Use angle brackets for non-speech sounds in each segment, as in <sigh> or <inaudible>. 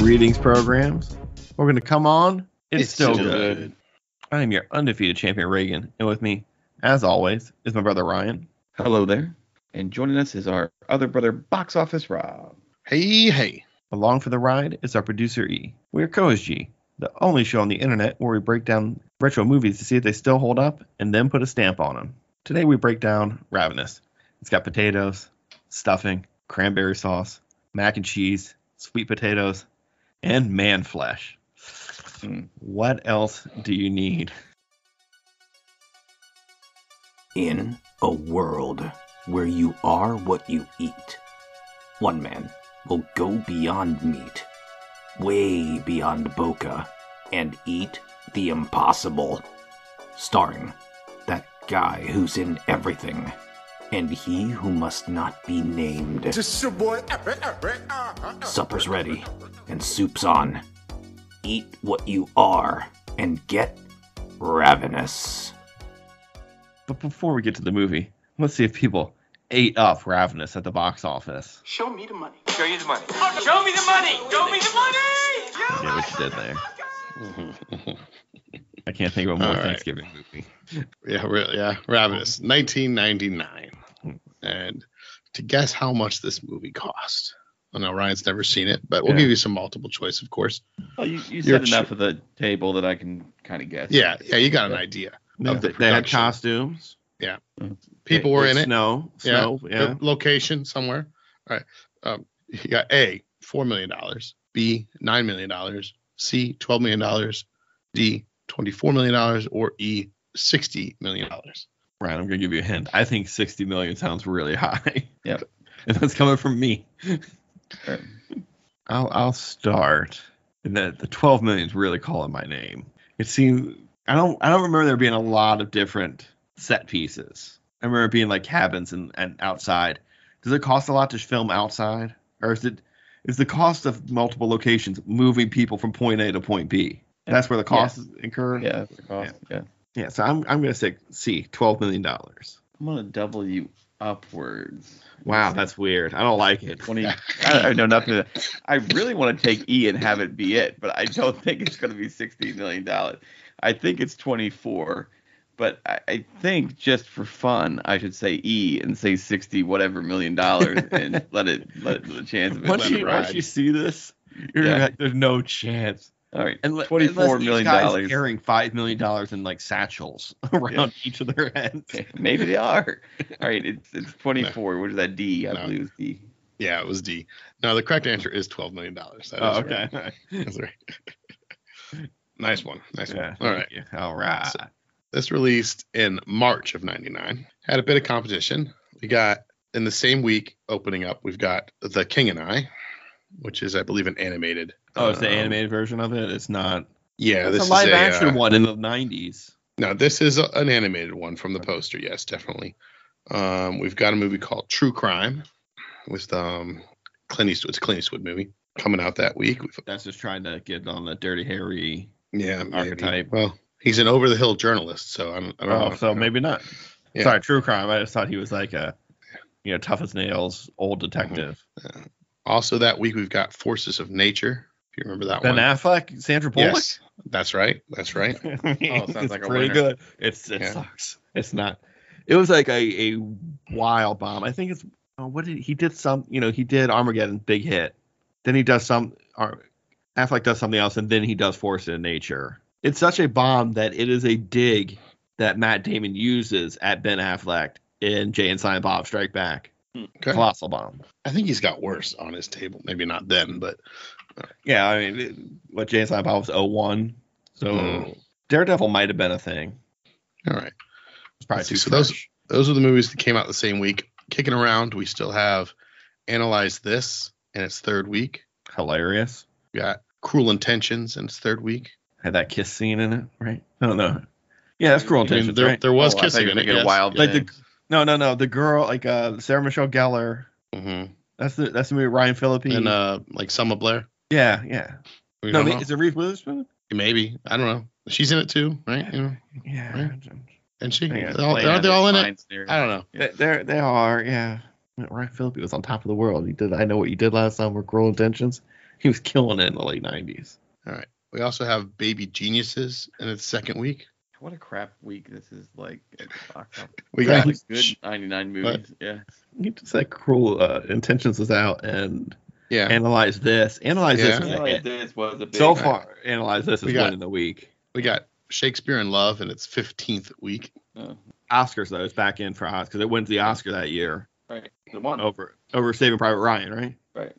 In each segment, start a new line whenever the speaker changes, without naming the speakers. readings programs. We're going to come on. It's,
It's
still
still
good.
good.
I am your undefeated champion, Reagan. And with me, as always, is my brother Ryan.
Hello there. And joining us is our other brother, Box Office Rob.
Hey, hey.
Along for the ride is our producer E. We're Co's G, the only show on the internet where we break down retro movies to see if they still hold up and then put a stamp on them. Today we break down Ravenous. It's got potatoes, stuffing, cranberry sauce, mac and cheese, sweet potatoes, and man flesh. Hmm.
Mm.
What else do you need?
in a world where you are what you eat. One man will go beyond meat, way beyond Boca, and eat the impossible. Starring that guy who's in everything, and he who must not be named.
This your boy eh, Eric, Eric. uh.
Supper's ready, and soup's on. Eat what you are, and get ravenous.
But before we get to the movie, let's see if people ate up Ravenous at the box office.
Show me the money. Show you the money. Oh, Show me the money. Show me the money.
Yeah, what you did there. I can't think of a more
All right.
Thanksgiving movie.
Yeah, re- yeah. Ravenous. 1999. And to guess how much this movie cost. I know Ryan's never seen it, but we'll
Yeah.
give you some multiple choice, of course.
Oh, you, you
You're
said enough of the table that I can kind of guess.
Yeah, yeah, you got an idea.
They,
Of the
they had
production.
costumes.
People were in it.
Snow.
Yeah.
Snow. Yeah.
Location somewhere. All right. Um, you got A, $4 million. B, $9 million. C, $12 million. D, $24 million. Or E, $60 million.
Ryan, I'm going to give you a hint. I think 60 million sounds really high.
Yep.
<laughs> and that's coming from me.
Or-
I'll I'll start. And the the 12 million is really calling my name. It seems I don't I don't remember there being a lot of different set pieces. I remember it being like cabins and, and outside. Does it cost a lot to film outside, or is it is the cost of multiple locations moving people from point A to point B? That's where the cost is incurred.
Yeah, that's the cost. Yeah.
Yeah. So I'm I'm gonna say C, 12 million dollars.
I'm going to double you upwards.
Wow, that's weird. I don't like <laughs> it.
20. I, I know nothing. Of that. I really want to take E and have it be it, but I don't think it's going to be $16 million. I think it's 24. But I, I think just for fun, I should say E and say 60 whatever
<laughs>
million dollars and let it let it the chance of it.
Once
let it
you,
ride.
once you see this, you're
Yeah.
gonna be like, there's no chance.
All right.
And
$24 million dollars.
carrying five million dollars in like satchels <laughs> around
Yeah.
each of their heads. <laughs>
<laughs> Maybe they are. All right. It's it's 24. What is that? D. I
No.
believe it's D.
Yeah, it was D. No, the correct answer is $12 million. That is
Oh,
right.
okay.
That's right. <laughs> nice one. Nice
Yeah.
one. All right.
Yeah, All right.
So- This released in March of 99. Had a bit of competition. We got in the same week opening up, we've got The King and I, which is, I believe, an animated.
Oh, it's the
um,
animated version of it. It's not.
Yeah,
it's
this
a live
is
action
uh,
one in the '90s.
No, this is a, an animated one from the poster. Yes, definitely. Um, we've got a movie called True Crime with um, Clint Eastwood. It's a Clint Eastwood movie coming out that week. We've,
That's just trying to get on the Dirty Harry.
yeah, maybe.
Archetype.
Well, he's an over the hill journalist, so I'm. I don't
Oh,
know.
so maybe not.
Yeah.
Sorry, True Crime. I just thought he was like a, you know, tough as nails old detective.
Also that week we've got Forces of Nature. If you remember that
Ben
one.
Affleck, Sandra Bullock.
Yes, that's right. That's right.
<laughs> oh, <laughs>
it sounds like a
pretty
winner.
good. It's it
Yeah.
sucks. It's not. It was like a a wild bomb. I think it's oh, what did he did some you know he did Armageddon big hit. Then he does some Ar- Affleck does something else and then he does Force in Nature. It's such a bomb Um, that it is a dig that Matt Damon uses at Ben Affleck in Jay and Silent Bob Strike Back.
Okay.
Colossal bomb.
I think he's got worse on his table. Maybe not then, but
Yeah, I mean, it- what Jay and Silent Bob was 01. So
Mhm.
Mm. Daredevil might have been a thing.
all right.
It's probably
Let's see,
too
so those-
fresh.
Those are the movies that came out the same week. Kicking around, we still have Analyze This in its third week.
hilarious.
We got Cruel Intentions in its third week.
Had that kiss scene in it, right? No, no. Yeah, that's cruel
I mean,
intentions,
there,
right?
there was
Oh, I thought
kissing
you were
in it.
thinking of
Yes.
Wild
Like the-
Things.
No, no, no. The girl, like uh Sarah Michelle Gellar.
Mhm.
That's the that's the movie Ryan Phillippe.
And uh, like Selma Blair.
yeah, yeah.
We
No,
don't
I mean,
know.
is it Reese Witherspoon?
Maybe. I don't know. She's in it too, right? You know,
Yeah.
Right. and she.
Yeah,
They're all-
Playing
aren't they
out
all in
this
it?
mind scenario.
I don't know.
They They they are. Yeah. Ryan Phillippe was on top of the world. He did. I know what you did last summer. Cruel intentions. He was killing it in the late nineties.
We also have Baby Geniuses in its second week.
What a crap week this is like. at the box <laughs> office.
We
Really
got
good 99 movies. Yeah.
He just said cruel uh, intentions was out and
yeah.
analyze this. Analyze
Yeah.
this. was a
Anyway,
hit.
this was a big
So far, analyze this
We
is
got-
one in the week.
we got Shakespeare in Love in its fifteenth week.
Uh,
Oscars though, it's back in for Oscars because it wins the Oscar that year
right. The one.
Oh,
over over Saving Private Ryan, right?
Right.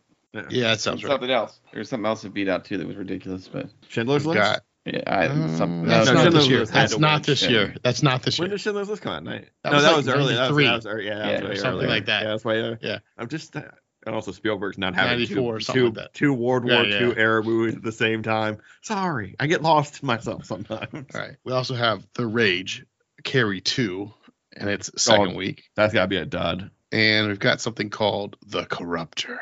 Yeah, that sounds right.
something else. There was something else that beat out too that was ridiculous, but
Schindler's
We
List.
got,
yeah, I, some,
Um,
that
that's
was-
not
Schindler's
this year.
List had
That's
to
not
win.
this
Yeah.
year. That's not this
When
year.
did Schindler's List come out? Night.
That
no,
was
that
like
was early. That was,
93.
that was early. Yeah, that
Yeah,
was way
something
earlier.
like that.
Yeah, that's way earlier.
Yeah.
I'm just. Uh, and also Spielberg's not having
94
two,
or something
two,
like that.
two World
Yeah,
War
yeah.
II era movies at the same time. Sorry, I get lost in myself sometimes.
All right. We also have The Rage, Carrie Two, in its second
Oh.
week,
That's gotta be a dud.
and we've got something called The Corruptor,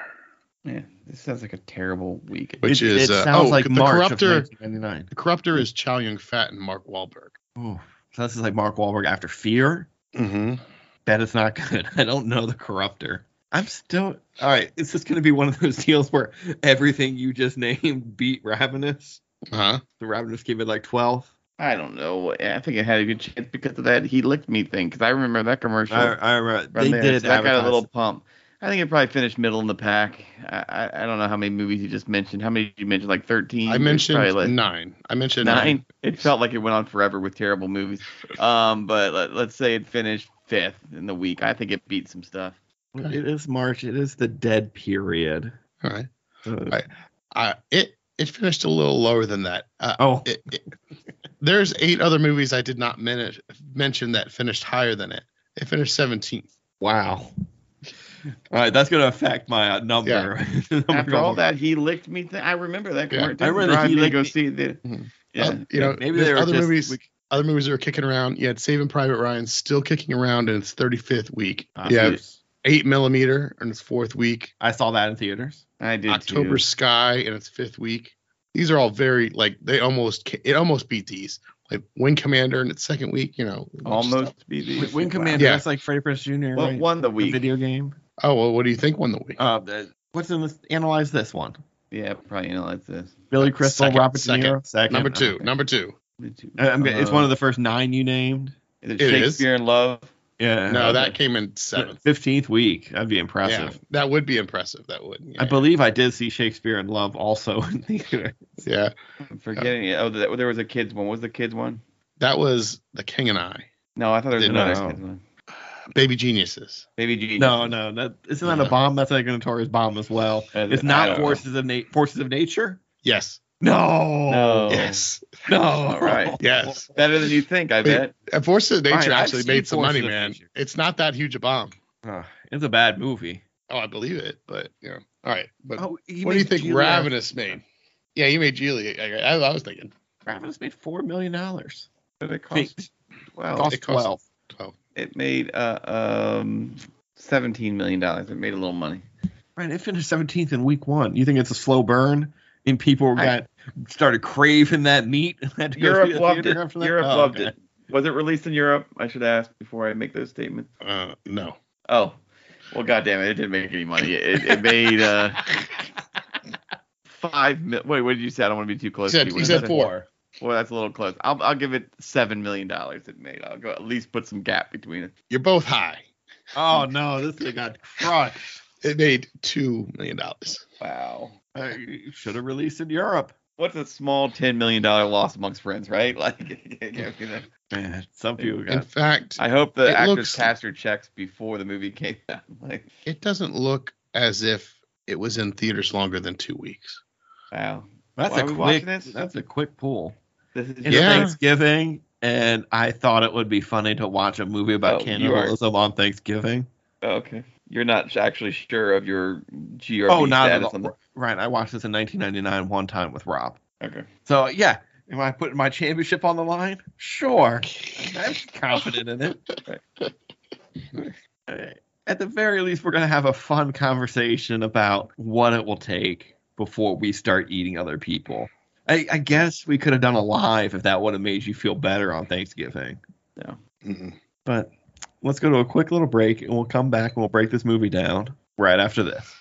Yeah, this sounds like a terrible week.
which
it,
is
it
uh,
sounds
oh,
like
The
March of
Corruptor.
1999.
The Corruptor is Chow Yun Fat and Mark Wahlberg.
Oh, so this is like Mark Wahlberg after Fear.
Mm-hmm.
That is not <laughs> good. I don't know the corruptor. I'm still all right. Is this going to be one of those deals where everything you just <laughs> named beat Ravenous?
Huh?
The Ravenous came in like 12.
I don't know. I think it had a good chance because of that he licked me thing. Because I remember that commercial.
I, I remember
from
they
there,
did.
so that got a
advertise-
little pump. I think it probably finished middle in the pack. I, I, I don't know how many movies you just mentioned. How many did you mention? Like thirteen.
I
It's probably
mentioned
like
nine. I mentioned
nine.
nine.
It felt like it went on forever with terrible movies. Um, but let, let's say it finished fifth in the week. I think it beat some stuff.
It is March. It is the dead period.
All right.
Uh,
I- I it it finished a little lower than that. Uh,
oh,
it, it, there's eight other movies I did not men- mention that finished higher than it. It finished 17th.
wow. All right, that's going to affect my uh, number. <laughs> Number
After all
going-
that, he licked me. Thing. I remember that.
Yeah.
commercial. It
I remember
didn't
that
drive
he
me to
licked
go
me.
see the.
Mhm.
Yeah.
Uh, you know,
maybe
there's
they were
other
just-
movies.
we-
Other movies that were kicking around. You had Saving Private Ryan still kicking around in its 35th week.
Ah,
you have
jeez.
Eight Millimeter in its fourth week.
I saw that in theaters.
I did too.
October Sky in its fifth week. These are all very like they almost ca- it almost beat these. Like Wing Commander in its second week. You know
Almost be the
Wing
Wow.
Commander.
Yeah.
That's like Freddy Prinze Jr.
Well,
right?
won the
The
week.
video game.
Oh well, what do you think won the week?
Uh, the- what's in this? Analyze this one.
Yeah, probably analyze this.
Billy Crystal,
Uh, Second,
Robert
second.
De Niro. Second.
number two.
okay.
Number two.
Uh, I'm g- it's one
Uh,
of the first nine you named.
Is it
It is.
Shakespeare in Love?
Yeah. Uh,
No,
okay.
that came in seventh.
Fifteenth week. That'd be impressive.
Yeah, that would be impressive. That would. Yeah.
I believe I did see Shakespeare in Love also <laughs> in theater.
yeah,
I'm forgetting it. Oh, th- there was a kids one. What was the kids one?
that was The King and I,
No, I thought there was
Did
another
not.
kids one.
Baby Geniuses.
Baby Genius.
No, no, that isn't that a
Yeah.
bomb? That's like a notorious bomb as well.
Uh,
It's
I don't
not
know.
forces of na- forces of nature.
Yes.
No.
No.
Yes.
<laughs> No.
All <laughs> right.
Yes.
Better than you think, I bet.
And Forces of Nature
Ryan, I've
actually
seen
made some
Forces
money,
of
man.
Nature.
It's not that huge a bomb.
Ugh, it's a bad movie.
Oh, I believe it, but you know. All right. But
Oh, he
what do you
made
think
Julia-
Ravenous made? Yeah, you made Julia. I, I, I was thinking
Ravenous made four million dollars.
What did it cost? Well,
oh, Cost
it cost-
twelve.
twelve.
it made uh, um, $17 million. It made a little money.
Right, it finished 17th in week one. You think it's a slow burn? And people
I-
got started craving that meat. <laughs> and had to go see
<laughs> Europe
the
loved it.
theater after that?
Europe
Oh,
loved
okay.
it. Was it released in Europe? I should ask before I make those statements.
Uh, no.
Oh, well, goddamn it! It didn't make any money. It, it made
<laughs>
uh, five. Mil- Wait, what did you say? I don't want to be too
He
close.
said,
to you.
he
What
said
did I say?
four.
Well, that's a little close. I'll, I'll give it seven million dollars. It made. I'll go at least put some gap between it.
You're both high.
Oh no, this thing got crushed.
It made two million dollars.
Wow.
Uh, you should have released in Europe.
What's a small ten million dollar loss amongst friends, right? <laughs> Like, you know.
Man, some people
In
got.
fact,
I hope the
It
actors
looks-
cashed their checks before the movie came out. <laughs> Like,
it doesn't look as if it was in theaters longer than two weeks.
wow.
That's
Why
a
are we watching
quick.
this?
That's a quick pull.
This is
It's
Yeah.
Thanksgiving, and I thought it would be funny to watch a movie about
Oh, you are-
cannibalism on Thanksgiving.
Oh, okay. You're not actually sure of your GRB
Oh, not at
status
all.
on the.
Right, I watched this in 1999 one time with Rob.
Okay.
So yeah, am I putting my championship on the line? Sure, I'm <laughs> confident in it. At the very least, we're gonna have a fun conversation about what it will take before we start eating other people. I, I guess we could have done a live if that would have made you feel better on Thanksgiving.
Mm-hmm.
But let's go to a quick little break and we'll come back and we'll break this movie down right after this.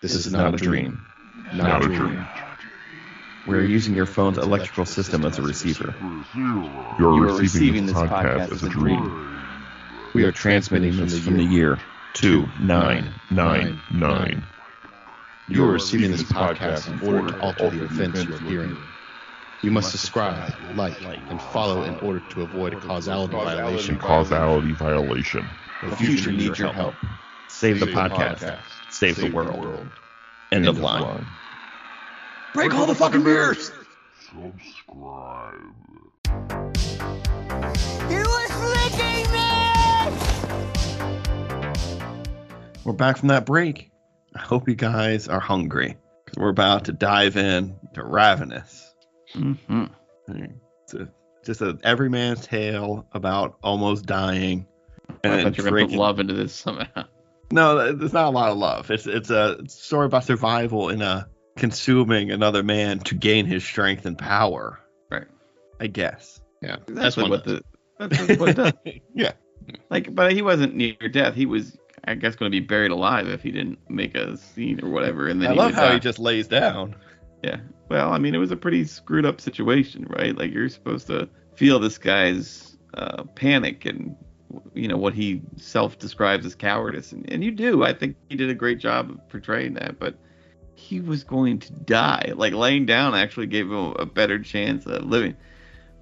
This, is, not, a dream. Not, a dream. We are using your phone's electrical system as a receiver.
You are receiving this podcast as a dream.
We are transmitting this from the year two nine.
Nine, nine, nine.
You are receiving this podcast in order to alter the events you are hearing. You must subscribe, like, and follow in order to avoid a causality violation.
And causality violation.
The future needs your help. Save the podcast. Save the world. End of line. Break all the fucking mirrors.
Subscribe.
He was licking me!
We're back from that break. I hope you guys are hungry because we're about to dive in to Ravenous.
Mm-hmm.
It's a, just a everyman's tale about almost dying and
I
then
thought you were going to
drinking.
put love into this somehow.
No, there's not a lot of love. It's it's a story about survival in a consuming another man to gain his strength and power.
Right.
I guess.
Yeah,
That's
one
what the that's what it does.
<laughs> Yeah.
Like, but he wasn't near death. He was, I guess, going to be buried alive if he didn't make a scene or whatever. And then
I
he
love
would
how
die.
he uh, just lays down.
Well, I mean, it was a pretty screwed up situation, right? Like you're supposed to feel this guy's uh, panic and you know what he self describes as cowardice, and, and you do. I think he did a great job of portraying that, but he was going to die. Like laying down actually gave him a better chance of living.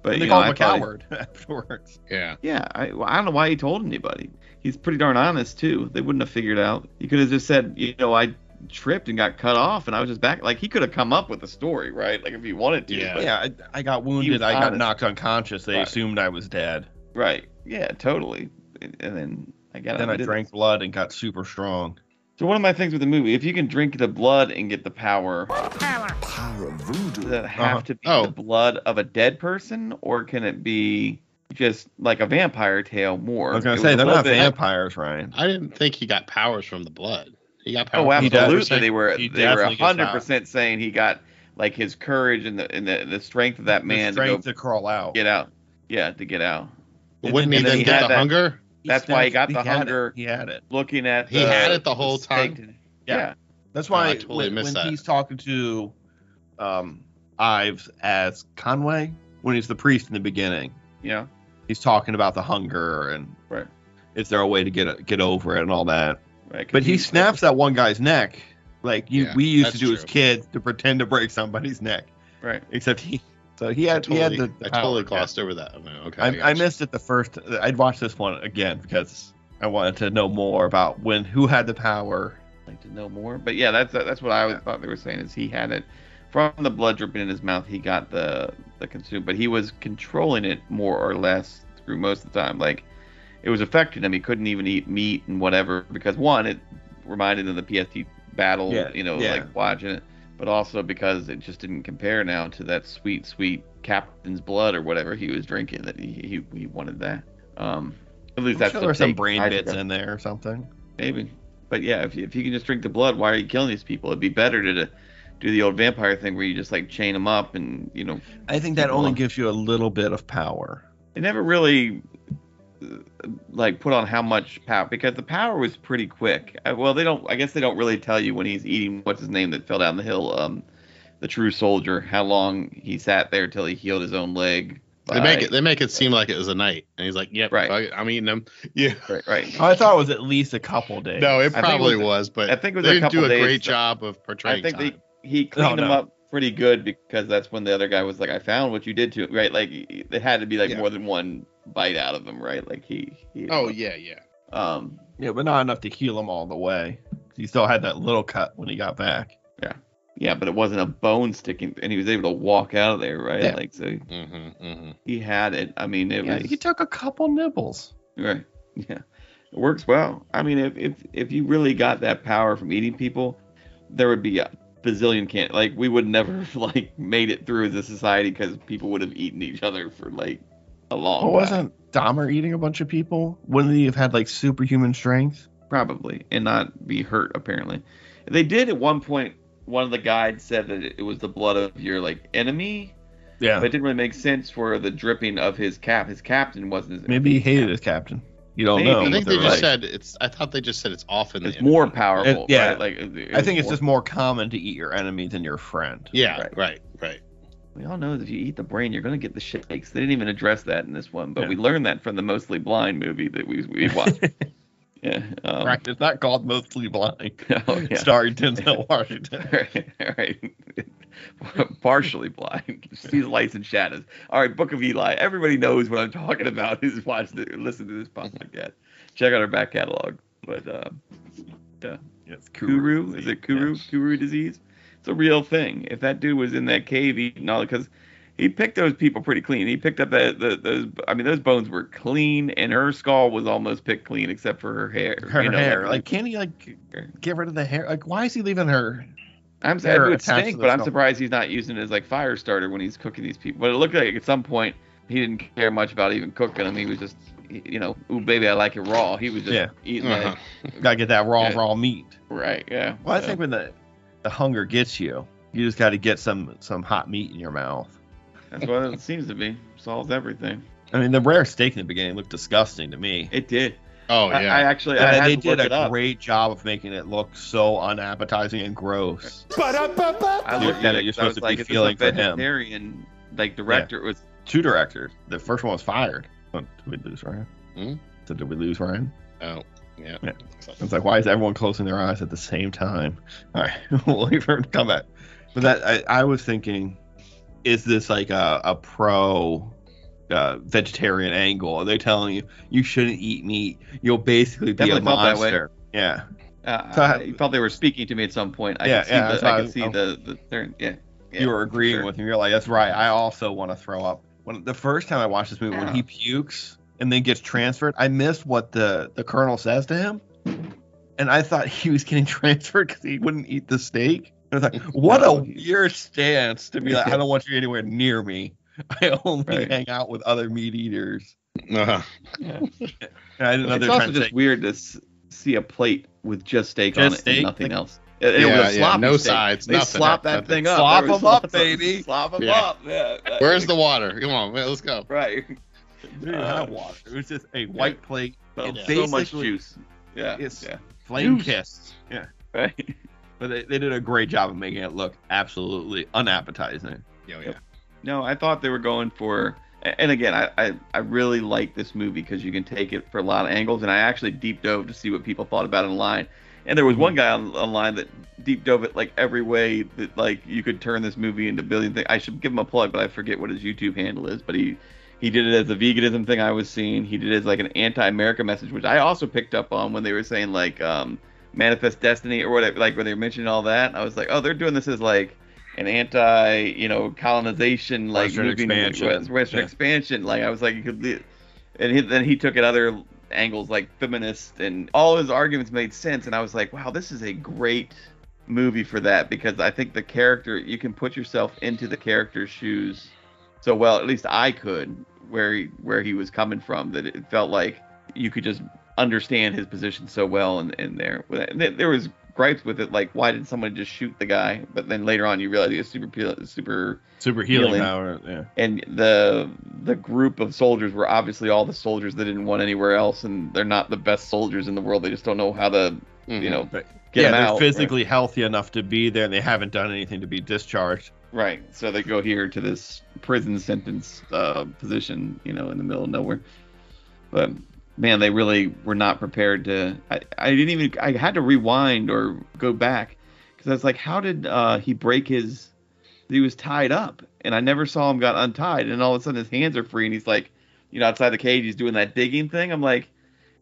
But
And
you
they
know,
call
I
him a
thought-
coward <laughs> afterwards.
Yeah.
yeah, I, well, I don't know why he told anybody. He's pretty darn honest too. They wouldn't have figured out. He could have just said, you know, I tripped and got cut off, and I was just back. Like he could have come up with a story, right? Like if he wanted to.
Yeah.
but-
Yeah, I, I got wounded. I got
honest.
knocked unconscious. They
Right.
assumed I was dead.
Right. Yeah. Totally. And and then I got.
Then I
did it.
drank blood and got super strong.
So one of my things with the movie, if you can drink the blood and get the power, does that have
Uh-huh.
to be
Oh.
the blood of a dead person, or can it be just like a vampire tale more?
I was gonna
It
say
a
they're
little
not
bit-
vampires, Ryan.
I didn't think he got powers from the blood. He got powers.
Oh,
from the
absolutely.
blood.
They were
He
they were
definitely gets
hundred percent saying he got like his courage and the and the, the strength of that man
the strength
to
to crawl
go
out.
get out. Yeah, to get out.
But wouldn't he
And then
then
he
get
had
the
that-
hunger?
That's why he got the
had it.
hunger.
He had it.
Looking at
He
the,
had it the whole
stake-
Yeah. That's
Oh, I
why
totally
when,
missed
when
that.
he's talking to um, Ives as Conway, when he's the priest in the beginning,
Yeah.
he's talking about the hunger and
Right.
is there a way to get get over it and all that.
Right. 'cause
But he
he's-
snaps that one guy's neck like you,
Yeah,
we used to
that's
do as
true.
kids to pretend to break somebody's neck.
Right.
Except he, so he
I
had
totally,
he had the.
I
power.
totally glossed over that. I'm like, okay,
I, I
gotcha.
missed it the first. I'd watch this one again because I wanted to know more about when who had the power.
like to know more. But yeah, that's that's what I always thought they were saying is he had it from the blood dripping in his mouth. He got the the consume, but he was controlling it more or less through most of the time. Like it was affecting him. He couldn't even eat meat and whatever because one, it reminded him of the PST battle.
Yeah,
You know,
yeah.
like watching it. But also because it just didn't compare now to that sweet, sweet captain's blood or whatever he was drinking. That he he, he wanted that. Um, at least
I'm
that's
sure
the
there were some
take
brain
I
bits
took
in there or something.
Maybe. But yeah, if you, if you can just drink the blood, why are you killing these people? It'd be better to, to do the old vampire thing where you just like chain them up and you know.
I think that
People
only
are-
gives you a little bit of power.
It never really uh, like put on how much power because the power was pretty quick. Uh, Well, they don't. I guess they don't really tell you when he's eating what's his name that fell down the hill. Um, the true soldier. How long he sat there till he healed his own leg.
They make
by-
it. They make it seem like it was a night, and he's like, "Yep,
Right.
fuck it, I'm eating them." <laughs> Yeah.
Right. Right.
Oh, I thought it was at least a couple days.
No, it
I think it
probably
was-
was, but
I think it was
they
a
didn't do
couple
a
days,
great
though.
job of portraying
I think
time.
They, he cleaned
Oh,
him
no.
up pretty good because that's when the other guy was like, "I found what you did to him," right? Like it had to be like
Yeah.
more than one bite out of him, right? Like he. he
oh yeah, yeah.
Um.
yeah, but not enough to heal him all the way. He still had that little cut when he got back.
Yeah, but it wasn't a bone sticking, and he was able to walk out of there, right?
Yeah.
Like so,
Mm-hmm, mm-hmm.
he had it. I mean, it
Yeah,
was
he took a couple nibbles.
Right. <laughs> Yeah. It works well. I mean, if, if if you really got that power from eating people, there would be a bazillion can like we would never <laughs> have like made it through as a society because people would have eaten each other for like a long.
Well,
time.
wasn't Dahmer eating a bunch of people? Wouldn't he have had like superhuman strength?
probably and not be hurt apparently they did at one point one of the guides said that it was the blood of your like enemy
Yeah.
but it didn't really make sense for the dripping of his cap his captain wasn't his
Maybe he hated his captain. You don't
Maybe.
know.
I
what
think
they're
they just
like.
said it's. I thought they just said it's often.
Oh, It's more
It-
powerful.
yeah.
Right? Like,
I think it's just more common to eat your enemy than your friend.
Right.
Yeah. Right. Right. right.
We all know that if you eat the brain, you're going to get the shakes. They didn't even address that in this one, but
Yeah.
we learned that from the Mostly Blind movie that we, we
<laughs>
watched. yeah. Um,
right. It's not called mostly blind.
<laughs> Oh, yeah.
Starring Denzel Washington.
All <laughs> right. All right. <laughs> Partially blind. <laughs> Sees lights and shadows. All right, Book of Eli. Everybody knows what I'm talking about <laughs> who's watched it, listened to this podcast.
Mm-hmm.
Check out our back catalog. But uh,
<laughs> Yes,
Kuru, is it Kuru?
Yeah.
Kuru disease? It's a real thing. If that dude was in that cave eating all, because he picked those people pretty clean. He picked up that the, those. I mean, those bones were clean, and her skull was almost picked clean except for her hair.
Her
you know,
hair. Like, can he like get rid of the hair? Like, why is he leaving her?
I'm sad
hair
it would
attached to
stink,
the
but I'm
skull.
surprised he's not using it as like fire starter when he's cooking these people. But it looked like at some point he didn't care much about even cooking them. He was just, you know, ooh baby, I like it raw. He was just
Yeah.
eating
Uh-huh.
it.
Gotta get that raw,
Yeah.
raw meat.
Right. Yeah.
Well, I
yeah.
think when the the hunger gets you, you just got to get some some hot meat in your mouth.
that's what it seems to be. Solves everything.
I mean, the rare steak in the beginning looked disgusting to me.
It did.
Oh
I, I
yeah.
actually I
And
had
they
to
did
look it
a
up.
great job of making it look so unappetizing and gross.
I looked
You're-
at it.
you're
'cause
supposed
I was
to be
like, is this a
feeling for him.
vegetarian like director It was
Two directors. The first one was fired. Oh, did we lose Ryan?
Hmm?
So did we lose Ryan?
oh yeah.
Yeah. It's
<laughs>
like, why is everyone closing their eyes at the same time? <laughs> All right, we'll leave her to come back. But that I, I was thinking, is this like a, a pro uh, vegetarian angle? Are they telling you you shouldn't eat meat? You'll basically be
Definitely
a
felt that way.
monster. Yeah.
uh,
So I-
I thought they were speaking to me at some point. I
Yeah,
could see
yeah, that's
the I
why
could
I-
see
I'm-
the, the turn. Yeah, yeah,
you were agreeing
sure.
with me. You're like, that's right. I also want to throw up. When the first time I watched this movie, when he pukes and then gets transferred, I missed what the the colonel says to him, and I thought he was getting <laughs> transferred because he wouldn't eat the steak. And I was like,
<laughs>
what a
No, he-
weird stance to be like, I don't want you anywhere near me. <laughs> I only
Right.
hang out with other meat eaters.
Uh-huh.
And I didn't know
It's
they're trying
also
to
just
say-
weird to s- see a plate with just steak
Just
on it
steak?
and nothing
Like-
else. It, it
Yeah,
was a
yeah,
sloppy
no
steak.
sides,
They
nothing,
slop that
nothing.
thing up.
Slop
There was
'em up,
lots of-
baby.
Slop them
Yeah.
up. Yeah. that-
Where's the water? Come on, man, let's go.
right?
they didn't have water. It was just a white plate,
So,
It's
so much
basically-
juice. Yeah.
it's-
yeah.
flame
Juice.
kissed. Yeah.
Right.
But they, they did a great job of making it look absolutely unappetizing.
Yeah, yeah.
Yep. No, I thought they were going for. And again, I, I, I really like this movie because you can take it for a lot of angles. And I actually deep dove to see what people thought about it online. And there was
Mm-hmm.
one guy on, online that deep dove it like every way that like you could turn this movie into a billion things. I should give him a plug, but I forget what his YouTube handle is. But he he did it as a veganism thing I was seeing. He did it as like an anti-America message, which I also picked up on when they were saying like um, manifest destiny or whatever. Like when they were mentioning all that, I was like, oh, they're doing this as like an anti, you know, colonization, like
Western
moving
expansion.
West- Western
Yeah. expansion.
expansion. Like I was like, you could, li- and he, then he took it other angles, like feminist, and all his arguments made sense. And I was like, wow, this is a great movie for that because I think the character you can put yourself into the character's shoes so well. At least I could where he, where he was coming from. That it felt like you could just understand his position so well in, in there. And there- There was gripes with it, like why did someone just shoot the guy? But then later on, you realize he was super peel- super
Super
healing Healing.
power. Yeah.
and the the group of soldiers were obviously all the soldiers they didn't want anywhere else, and they're not the best soldiers in the world. They just don't know how to, you know,
Mm-hmm. Right.
get
yeah,
them
they're
out. right?
physically healthy enough to be there, and they haven't done anything to be discharged.
Right. So they go here to this prison sentence uh, position, you know, in the middle of nowhere. But man, they really were not prepared to. I, I didn't even. I had to rewind or go back because I was like, how did uh, he break his? He was tied up, and I never saw him got untied. And all of a sudden, his hands are free, and he's like, you know, outside the cage, he's doing that digging thing. I'm like,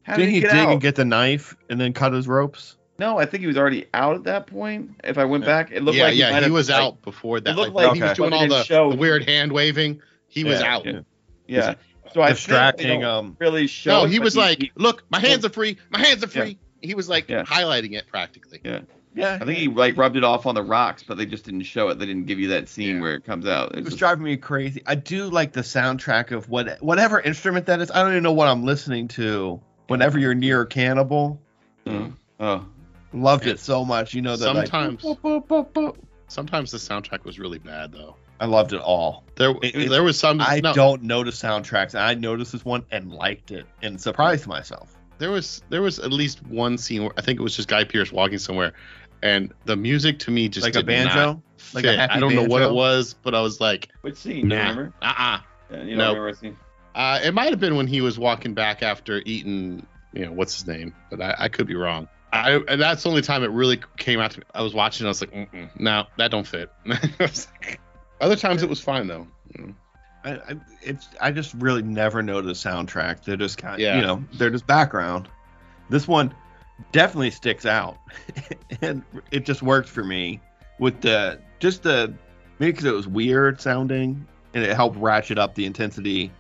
how did
Didn't
he,
he dig
get out?
and get the knife and then cut his ropes?
no, I think he was already out at that point. If I went back, it looked
yeah,
like
yeah,
might
he
have,
was
like,
out before that.
looked
Like,
like
he was
Okay.
doing
somebody
all
didn't
the,
show-
the weird hand waving. He was
Yeah,
out.
yeah.
Yeah. So I think they
Distracting.
don't
Um,
really show.
No,
it,
he
but
was like,
he-
"Look, my hands are free. My hands are
Yeah.
free." He was like
Yeah.
highlighting it practically.
yeah,
I think he like rubbed it off on the rocks, but they just didn't show it. They didn't give you that scene where it comes out.
It
It's
was
just-
driving me crazy. I do like the soundtrack of what whatever instrument that is. I don't even know what I'm listening to. Whenever you're near a cannibal,
oh,
loved it so much. You know that like,
Sometimes-
boop, boop, boop, boop.
Sometimes the soundtrack was really bad though.
I loved it all.
There,
It- it-
there was some.
I
no,
don't notice soundtracks. and I noticed this one and liked it and surprised myself.
There was there was at least one scene where I think it was just Guy Pierce walking somewhere, and the music to me just
like a
did not
banjo, like a
fit.
happy
I don't know what it
banjo?
was, but I was like,
Which scene? Do you
Nah.
remember?
uh-uh.
Uh, you don't
Nope.
remember what scene?
Uh, it might have been when he was walking back after eating, you know, what's his name, but I, I could be wrong. I, and that's the only time it really came out to me. I was watching, and I was like, Mm-mm, no, that don't fit. <laughs> I was like- Other times it was fine though. You know.
I, I, it's I just really never notice soundtrack. They're just kind of
Yeah.
you know they're just background. This one definitely sticks out, <laughs> and it just worked for me with the just the maybe because it was weird sounding and it helped ratchet up the intensity.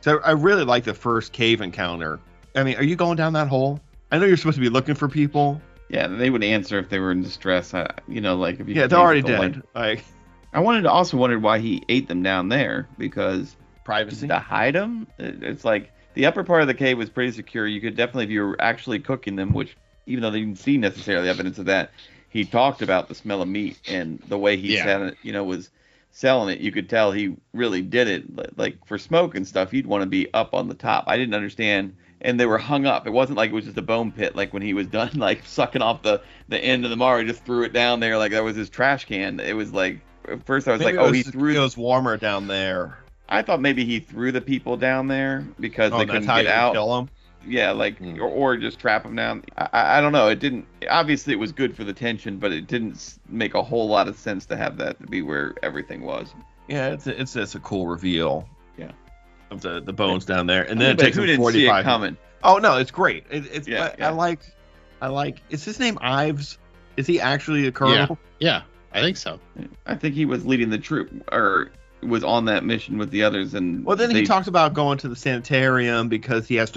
So I really like the first cave encounter. I mean, are you going down that hole? I know you're supposed to be looking for people.
Yeah, they would answer if they were in distress. I, you know, like if you
yeah,
came
they're already
with the light-
dead. Like
I wanted also wondered why he ate them down there because
privacy.
to hide them. It's like the upper part of the cave was pretty secure. You could definitely, if you were actually cooking them, which even though they didn't see necessarily evidence of that, he talked about the smell of meat and the way he
Yeah.
said it, you know, was selling it. You could tell he really did it. Li- Like for smoke and stuff, you'd want to be up on the top. I didn't understand. And they were hung up. It wasn't like it was just a bone pit. Like when he was done, <laughs> like sucking off the the end of the mar, he just threw it down there. Like that was his trash can. It was like at first I was
Maybe
like,
it
oh, he
was-
threw
it was warmer down there.
I thought maybe he threw the people down there because
Oh,
they
and that's
couldn't
how
get
you
out.
kill them.
Yeah, like
Hmm.
or, or just trap them down. I- I, I don't know. It didn't. Obviously, it was good for the tension, but it didn't s- make a whole lot of sense to have that to be where everything was.
Yeah, it's a, it's it's a cool reveal.
Yeah.
Of the, the bones down there, and then it
but
takes
who
him
didn't
forty
see it
five.
coming?
Oh no, it's great. It, it's
Yeah,
I,
yeah.
I like I like. Is his name Ives? Is he actually a colonel?
Yeah, I think so.
I think he was leading the troop or was on that mission with the others, and
Well, then
they-
he talks about going to the sanitarium because he has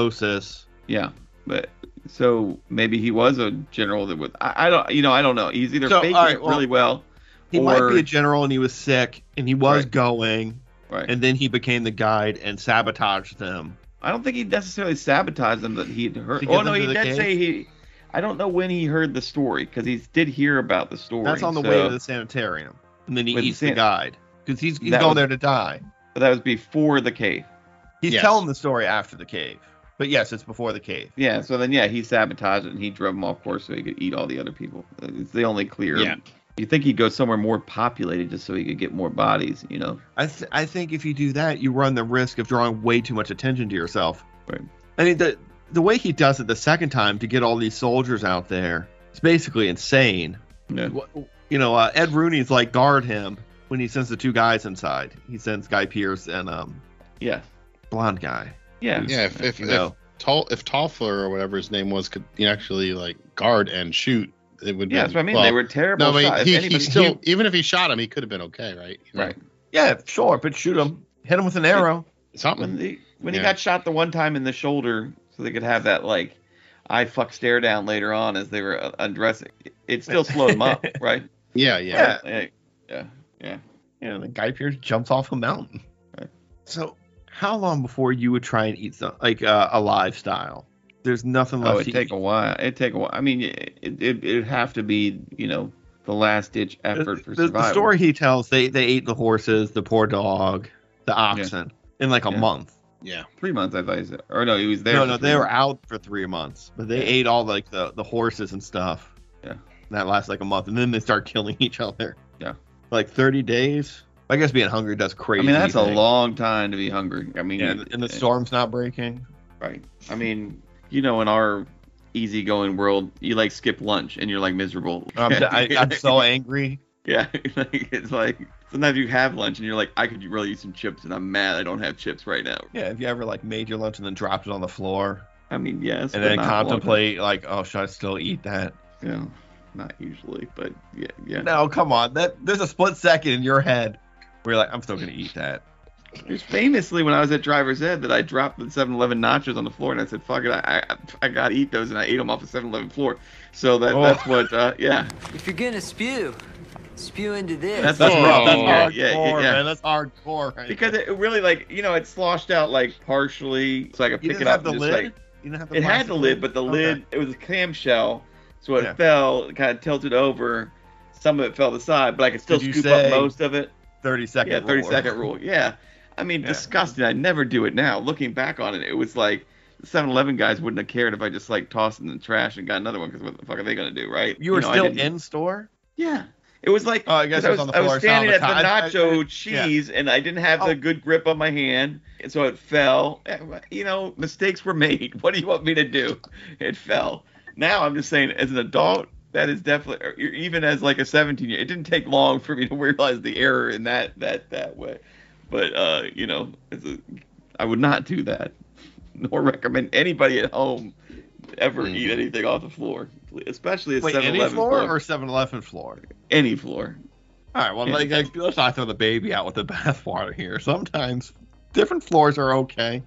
tuberculosis.
Yeah, but so maybe he was a general that was. I, I don't. You know, I don't know. He's either
So,
faking
all right,
it really well.
He might
Or-
be a general, and he was sick, and he was
Right.
going,
Right.
and then he became the guide and sabotaged them.
I don't think he necessarily sabotaged them that he had heard.
To get
Oh no,
them to
he
the
did
cave?
say he. I don't know when he heard the story because he did hear about the story.
That's on the
so-
way to the sanitarium, and then he
With the
eats the
san-
guide because he's he's
That
going
was-
there to die.
But that was before the cave.
He's
Yes.
telling the story after the cave. But yes, it's before the cave.
Yeah. So then, yeah, he sabotaged it and he drove them off course so he could eat all the other people. It's the only clear.
Yeah.
You think he'd go somewhere more populated just so he could get more bodies, you know?
I th- I think if you do that, you run the risk of drawing way too much attention to yourself.
Right.
I mean the the way he does it the second time to get all these soldiers out there, it's basically insane.
Yeah.
Wh- You know, uh, Ed Rooney's like guard him when he sends the two guys inside. He sends Guy Pierce and um
Yeah.
blonde guy.
Yeah.
Yeah, if if,
You
if,
know,
Tall, if Toffler or whatever his name was could you know, actually like guard and shoot, it would.
Yeah,
be,
that's what I mean.
well,
they were terrible
No, I mean
shots. If
he, he
anybody-
still even if he shot him, he could have been okay, right? You know,
Right.
yeah, sure, but shoot him, hit him with an arrow.
Something.
when he when he
Yeah.
got shot the one time in the shoulder, so they could have that like eye fuck stare down later on as they were uh, undressing. It still slowed him <laughs> up, right?
Yeah, yeah.
Like,
you know, the guy Pierce jumps off a mountain.
Right.
So, how long before you would try and eat some, like uh, a live style? There's nothing
oh,
left
it'd
to
take
eat.
a while. It'd take a while. I mean, it it it- it'd have to be you know the last ditch effort for
the, the
survival.
story he tells, they they ate the horses, the poor dog, the oxen in like a
Yeah.
month.
Three months, I thought he said. Or no, he was there.
no,
for
no,
three
they were
months.
out for three months, but they
Yeah.
ate all like the the horses and stuff.
Yeah.
And that lasts like a month, and then they start killing <laughs> each other.
Yeah.
like 30 days. I guess being hungry does
I
crazy.
mean, that's a
things.
long time to be hungry. I mean,
Yeah,
it-
and the
it-
storm's not breaking.
Right. I mean, you know, in our easygoing world, you like skip lunch and you're like miserable. <laughs>
I'm, I, I'm so angry.
Yeah, <laughs> like it's like sometimes you have lunch and you're like, I could really eat some chips, and I'm mad I don't have chips right now.
Yeah, have you ever like made your lunch and then dropped it on the floor
I mean, yes,
and
but
then
not long-
contemplate like, oh, should I still eat that?
Yeah, not usually, but yeah, yeah.
No, come on, that there's a split second in your head where you're like, I'm still gonna eat that.
There's famously when I was at Driver's Ed that I dropped the 7-Eleven nachos on the floor and I said, "Fuck it, I I, I gotta eat those," and I ate them off the 7-Eleven floor. So that
Oh.
that's what, uh,
<laughs>
yeah,
If you're gonna spew, spew into this.
that's that's
Oh.
rough.
That's
yeah, yeah, yeah,
hardcore,
yeah.
man. That's hardcore. Right?
Because it really like you know it sloshed out like partially, so I could
you
pick it
didn't
up
have the
and
lid.
just like
you didn't have the
It had the
plastic
lid, but the
Okay.
lid it was a clamshell, so it
Yeah.
fell, kind of tilted over. Some of it fell to the side, but I could still
Did you
scoop up
say-
most of it.
thirty second.
yeah, thirty second rule. Yeah. I mean,
Yeah.
disgusting. I'd never do it now. Looking back on it, it was like the 7 Eleven guys wouldn't have cared if I just like tossed it in the trash and got another one because what the fuck are they going to do, right?
You were
know, I
still
didn't-
in store.
Yeah. It was like
Oh, I guess
I
it
was,
was on the
I was
floor, so
standing
I'm
at
a
the
ti- I- I-
nacho
yeah.
cheese and I didn't have
Oh.
the good grip on my hand, and so it fell. And, You know, mistakes were made. <laughs> What do you want me to do? It fell. Now I'm just saying, as an adult, that is definitely, or e, even as like a 17 year, it didn't take long for me to <laughs> realize the error in that that that way. But uh, you know, as a, I would not do that, <laughs> nor recommend anybody at home ever
Mhm.
eat anything off the floor, especially a
Mm-hmm. Wait,
7-Eleven
any floor or 7-Eleven floor?
any floor.
All right, well,
Yeah.
like, like, let's not throw the baby out with the <laughs> bathwater here. Sometimes different floors are okay.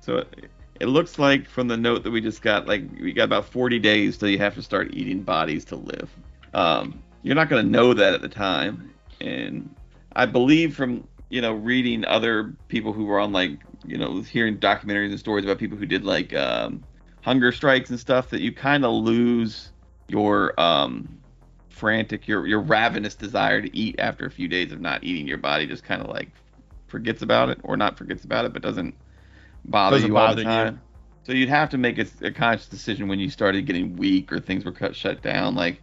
So it, it looks like from the note that we just got, like we got about 40 days till you have to start eating bodies to live. Um, you're not going to know that at the time, and I believe from you know reading other people who were on like you know hearing documentaries and stories about people who did like um, hunger strikes and stuff that you kind of lose your um, frantic your your ravenous desire to eat after a few days of not eating your body just kind of like forgets about it or not forgets about it but doesn't bother
Doesn't
you all
bother
the
you.
time so you'd have to make a, a conscious decision when you started getting weak or things were cut shut down like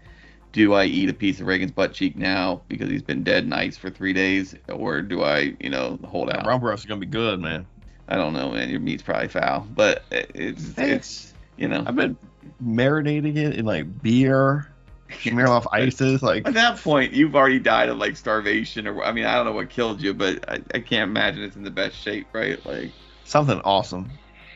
do I eat a piece of Reagan's butt cheek now because he's been dead in ice for three days, or do I, you know, hold
That
out?
rump roast is gonna be good, man.
I don't know, man. Your meat's probably foul, but it- it's
Hey.
it's you know.
I've been marinating it in like beer, smear off ices, like
At that point, you've already died of like starvation, or I mean, I don't know what killed you, but I, I can't imagine it's in the best shape, right? Like,
something awesome.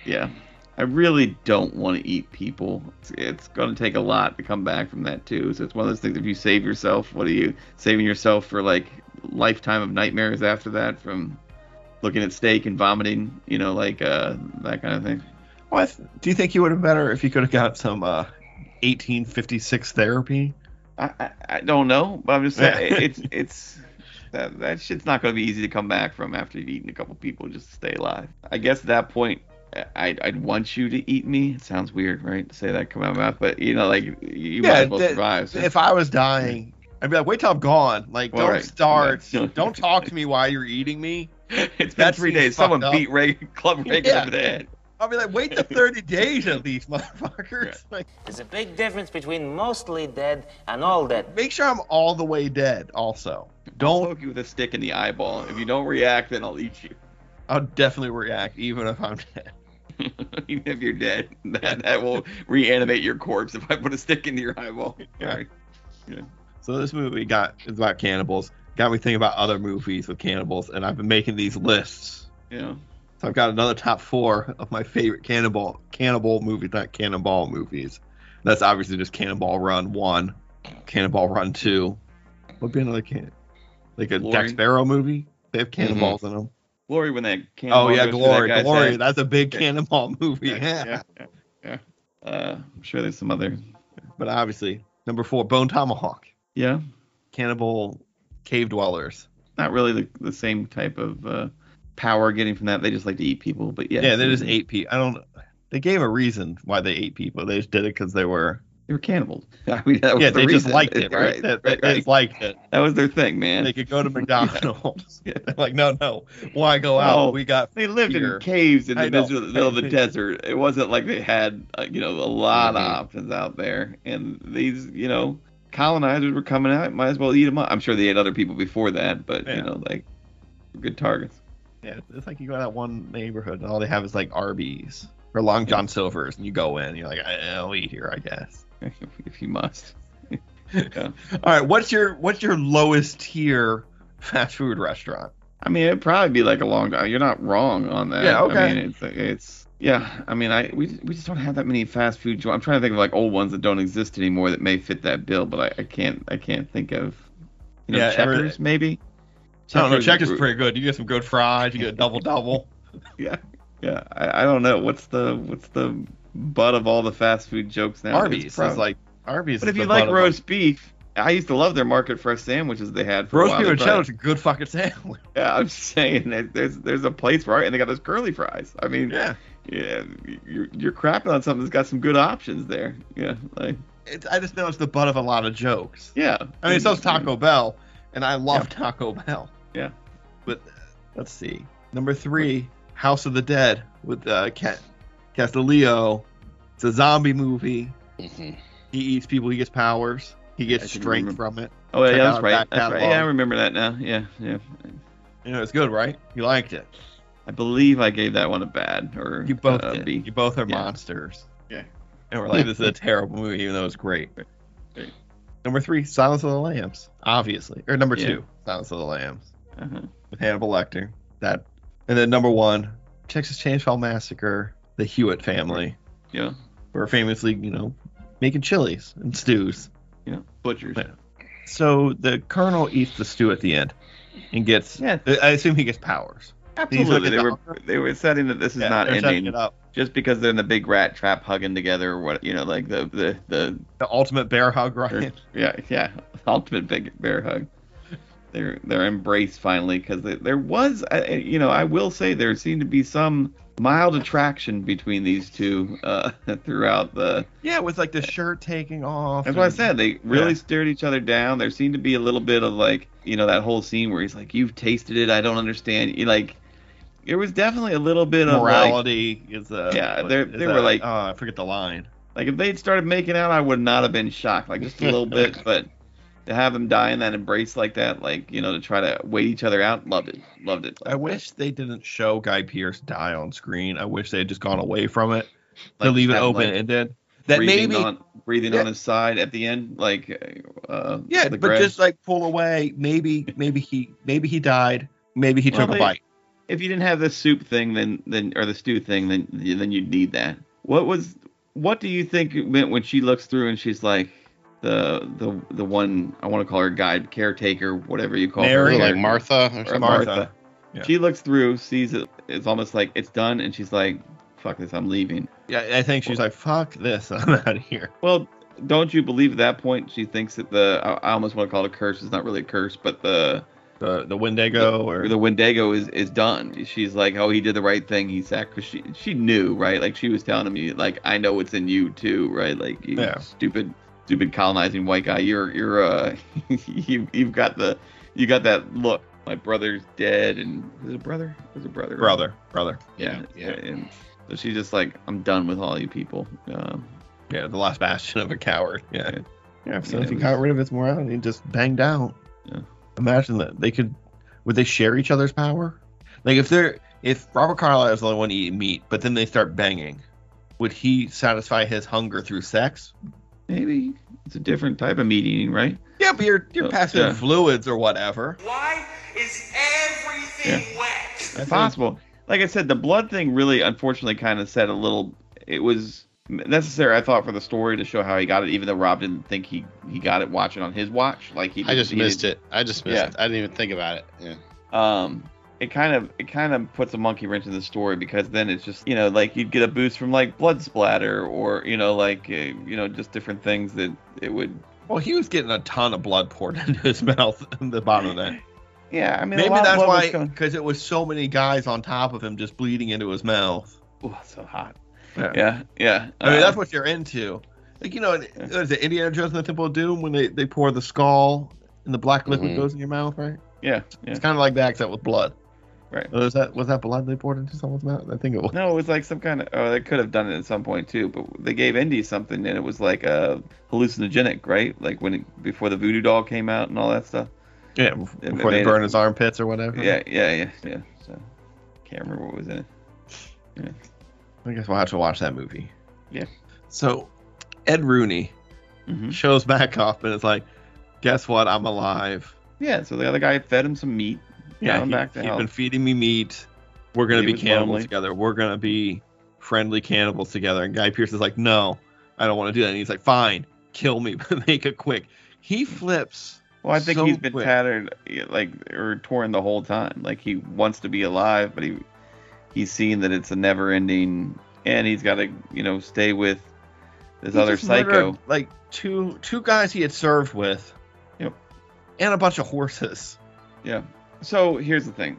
yeah, I really don't want to eat people. It's, it's going to take a lot to come back from that too. So it's one of those things. If you save yourself, what are you saving yourself for? Like lifetime of nightmares after that from looking at steak and vomiting, you know, like uh, that kind of thing.
What? Do you think you would have better if you could have got some uh, 1856 therapy?
I, I, I don't know, but I'm just
<laughs>
saying
Yeah.
it's it's that that shit's not going to be easy to come back from after you've eaten a couple people just to stay alive. I guess at that point, I- I'd, I'd want you to eat me. It sounds weird, right, to say that come out of my mouth, but you know, like you might
Yeah,
as well
that-
survive. so-
If I was dying, I'd be like, wait till I'm gone. Like,
Well,
don't
right.
start.
<laughs> Right.
don't talk to me while you're eating me.
<laughs> it's been
that
three
seems
days. Someone
fucked up.
beat Ray, Club Reagan <laughs>
Yeah.
over the head.
I'll be like, wait the
<laughs>
30 days at least, motherfuckers.
Right.
Like,
There's a big difference between mostly dead and all dead.
make sure I'm all the way dead. Also,
I'll
don't.
poke you with a stick in the eyeball. If you don't react, then I'll eat you. <laughs>
I'll definitely react, even if I'm dead.
Even if you're dead, <laughs> that, that will reanimate your corpse if I put a stick into your eyeball.
Yeah.
Right.
So this movie got is about cannibals. Got me thinking about other movies with cannibals, and I've been making these lists.
You know.
So I've got another top four of my favorite cannibal cannibal movies, not cannonball movies. That's obviously just Cannonball Run one, Cannonball Run two. What'd be another can? Like a
Glory.
Jack Sparrow movie? They have cannonballs in them.
Glory when that cannonball
Oh yeah,
goes through
Glory,
that guy's
Glory.
head.
That's a big cannonball movie.
Yeah,
Yeah.
yeah, yeah, yeah. Uh, I'm sure there's some other.
<laughs> But obviously, number four, Bone Tomahawk,
Yeah,
cannibal cave dwellers.
not really the, the same type of uh, power getting from that. They just like to eat people, but yeah.
Yeah, mm-hmm. they just ate people. I don't. They gave a reason why they ate people. They just did it because they were.
They were cannibals. <laughs> I mean, that was
yeah,
the
they just
reason.
liked
<laughs>
it, <laughs> right? They-
Right,
they,
right,
they
right.
just liked it.
That was their thing, man.
They
They,
could <laughs> go to McDonald's.
Yeah.
They're <laughs> like, no, no, why go out?
No.
we got
lived
Here.
in caves in
I
the
know.
middle, middle
<laughs>
of the desert. It wasn't like they had, uh, you know, a lot
Mm-hmm.
of options out there. And these, you know, colonizers were coming out. Might as well eat them up. I'm sure they ate other people before that, but
Yeah.
you know, like good targets.
yeah. It's like you go to that one neighborhood and all they have is like Arby's or Long John Silver's, and you go in, and you're like, I- I'll eat here, I guess.
<laughs> if you must.
All right, what's your what's your lowest tier fast food restaurant?
I mean, it'd probably be like a long time. You're not wrong on that.
Yeah,
I
okay.
mean, it's, it's yeah. I mean, I we, we just don't have that many fast food joints. I'm trying to think of like old ones that don't exist anymore that may fit that bill, but I, I can't I can't think of. You know,
Yeah, ever-
checkers maybe.
I don't know. Checkers
Checkers-
is pretty good. You get some good fries. You get a double double.
Yeah, I, I don't know. What's the what's the butt of all the fast food jokes now?
Arby's
It's
is
prob-
like Arby's.
But
is
if
the
you like
butt of all-
roast beef, I used to love their market fresh sandwiches they had for a
roast
while.
beef
They
and
probably-
cheddar is a good fucking sandwich.
Yeah, I'm just saying that there's there's a place for it, and they got those curly fries. I mean,
Yeah,
<laughs> yeah, you're, you're crapping on something that's got some good options there. Yeah, like
it's, I just know it's the butt of a lot of jokes.
yeah.
I mean, so is Taco Bell, and I love Taco Bell.
Yeah.
But uh, let's see. Number three, House of the Dead with uh, Cat Castellio. It's a zombie movie.
Mhm.
He eats people. He gets powers. He gets
Mm-hmm. I should
strength
remember.
from it.
Oh
Check
yeah,
out
that's
our back
right. That's right.
catalog.
Yeah, I remember that now. Yeah, yeah.
You know, it's good, right? You liked it.
I believe I gave that one a bad or
You both
uh, a
did.
B.
You both are
Yeah.
monsters.
Yeah.
And we're like, this is a terrible movie, even though it's great.
Great.
Number three, Silence of the Lambs, obviously. Or number
Yeah.
two, Silence of the Lambs
Uh-huh.
with Hannibal Lecter. That, and then number one, Texas Chainsaw Massacre, the Hewitt family,
Yeah,
who are famously, you know, making chilies and stews.
yeah. Butchers.
But- So the colonel eats the stew at the end, and gets.
Yeah.
I assume he gets powers. These
Absolutely, they were
look
they were setting that this is not
they're setting
ending
it up.
just because they're in the big rat trap hugging together or what you know like the the the
The ultimate bear hug, right?
<laughs> yeah yeah ultimate big bear hug. Their their embrace finally because there was I- I- you know I will say there seemed to be some mild attraction between these two uh, <laughs> throughout the
Yeah, with like the shirt taking off.
That's what I
and-
said. They really
Yeah.
stared each other down. There seemed to be a little bit of like, you know, that whole scene where he's like, "You've tasted it. I don't understand." You like, there was definitely a little bit of like,
morality is a
Yeah, they're-
is
they
a-
were like-
oh, I forget the line.
like if they'd started making out, I would not have been shocked, like just a little bit.
<laughs>
But to have them die in that embrace like that, like you know, to try to wait each other out, loved it, loved it.
I wish they didn't show Guy Pierce die on screen. I wish they had just gone away from it to leave it
have,
open
like,
and then that
breathing
maybe
on, breathing
Yeah.
on his side at the end, like uh,
yeah,
the
but
grass.
just like pull away. Maybe maybe he maybe he died. Maybe he
Well,
took a
they-
bite.
if you didn't have the soup thing, then then or the stew thing, then then you'd need that. What was what do you think it meant when she looks through and she's like the the the one I want to call her guide caretaker, whatever you call
Mary?
her,
Or
Earlier.
like Martha or
or
something.
Martha.
Martha.
Yeah.
She looks through, sees it. It's almost like it's done, and she's like, "Fuck this, I'm leaving."
Yeah, I think she's like, fuck this, <laughs> I'm out of here.
Well, don't you believe at that point she thinks that the I I almost want to call it a curse. It's not really a curse, but the
The the Wendigo or
the Wendigo is is done. She's like, oh, he did the right thing. He sacrificed. She, she knew, right? Like she was telling him, you- like I know it's in you too, right? Like you
Yeah.
stupid, stupid colonizing white guy. You're you're uh, <laughs> you you've got the you got that look. My brother's dead, and is it brother? Is it brother?
brother brother.
Yeah,
Yeah,
yeah. And so she's just like, I'm done with all you people. Um,
Yeah, the last bastion of a coward. Yeah. Yeah, so
Yeah,
if
it
you
was-
got rid of its morality and just banged out.
Yeah.
Imagine that. They could would they share each other's power? Like if they're if Robert Carlyle is the only one eating meat, but then they start banging, would he satisfy his hunger through sex?
maybe it's a different type of meat eating, right?
Oh, Yeah, but you're you're
Uh,
passing
yeah.
fluids or whatever.
Why is everything wet?
I think-
It's possible. Like I said, the blood thing really, unfortunately, kind of said a little. It was necessary, I thought, for the story to show how he got it, even though Rob didn't think he he got it watching on his watch. Like he,
I just
he
missed
didn't-
it. I just missed
Yeah.
it. I didn't even think about it. Yeah.
Um, it kind of it kind of puts a monkey wrench in the story because then it's just you know like you'd get a boost from like blood splatter or you know like uh, you know just different things that it would.
Well, he was getting a ton of blood poured <laughs> into his mouth in the bottom of that.
Yeah, I mean, a
Maybe
lot of
that's
blood was
why,
coming-
because it was so many guys on top of him just bleeding into his mouth.
Ooh, it's so hot.
Yeah.
Yeah, yeah.
I mean,
Uh,
that's what you're into. Like, you know, in- what is it Indiana Jones and the Temple of Doom when they, they pour the skull and the black liquid
Mhm.
goes in your mouth, right?
yeah, Mm-hmm. yeah.
It's kind of like that, except with blood.
Right.
Was that was that blood they poured into someone's mouth? I think it was.
No, it was like some kind of. Oh, they could have done it at some point too, but they gave Indy something, and it was like a hallucinogenic, right? Like when it, before the voodoo doll came out and all that stuff.
Yeah, before
They
they
made
burn
it-
his armpits or whatever.
Yeah, yeah, yeah, yeah. So can't remember what was in it. Yeah.
I guess we'll have to watch that movie.
Yeah.
So, Ed Rooney
hmm
shows back up and it's like, guess what? I'm alive.
Yeah. So the other guy fed him some meat. Got him
he,
back to
he's
health.
been feeding me meat. We're gonna
He
be
was
cannibals
lonely.
together. We're gonna be friendly cannibals together. And Guy Pierce is like, no, I don't want to do that. And he's like, fine, kill me, <laughs> but make it quick. He flips.
Well, I think
so
he's been
quick.
tattered, yeah, like or torn the whole time. Like he wants to be alive, but he he's seen that it's a never ending, and he's got to you know stay with this
He
other
just
psycho.
murdered, like two two guys he had served with.
Yep.
And a bunch of horses.
So here's the thing.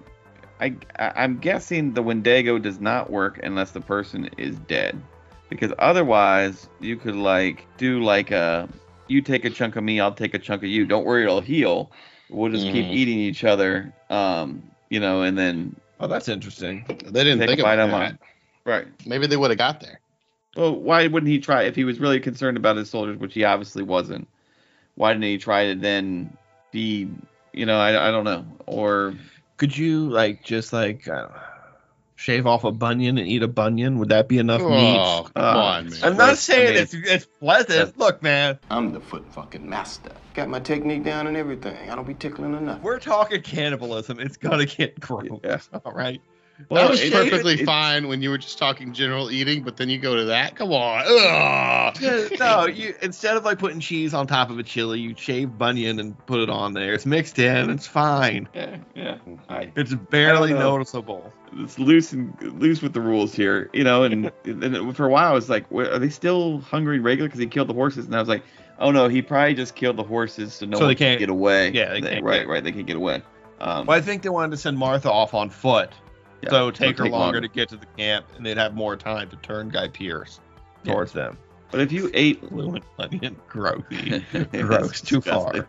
I, I am guessing the Wendigo does not work unless the person is dead, because otherwise you uh, could like do like a you take a chunk of me, I'll take a chunk of you. Don't worry, it'll heal. We'll just keep
Mm-hmm.
Mhm.
eating each other, um, you know, and then
Oh, that's interesting.
They didn't
Take a
think
bite
about
of
that.
mine. right.
Maybe they would have got there.
Well, why wouldn't he try if he was really concerned about his soldiers, which he obviously wasn't? Why didn't he try to then be, you know, I, I don't know, or
Could you like just like uh, shave off a bunion and eat a bunion? Would that be enough
Oh,
meat?
come
Uh,
on, man.
I'm
I
not
mean-
saying it's it's pleasant. Look, man,
I'm the foot fucking master. Got my technique down and everything. I don't be tickling or nothing.
we're talking cannibalism. It's gonna get gross.
Yeah.
All right.
Well,
that was
it-
perfectly
it-
fine when you were just talking general eating, but then you go to that. Come on. Ugh.
Yeah, no, you instead of like putting cheese on top of a chili, you shave bunion and put it on there. It's mixed in. It's fine.
yeah, yeah. Mm-hmm. I,
It's barely
know.
noticeable.
it's loose and loose with the rules here, you know.
<laughs>
And, and for a while, I was like, "Wait, "Are they still hungry regular?" Because he killed the horses, and I was like, "Oh no, he probably just killed the horses so no
So they
one can
can't-
get away."
yeah, they
They-
can't
right,
get-
right. They can get away. Um,
Well, I think they wanted to send Martha off on foot,
Yeah,
so it would take her
it'll take
longer,
longer.
to get to the camp, and they'd have more time to turn Guy Pierce
Yeah.
towards them.
but if you ate,
Blue and onion,
<laughs>
gross,
gross,
<laughs> gross,
<laughs>
too far.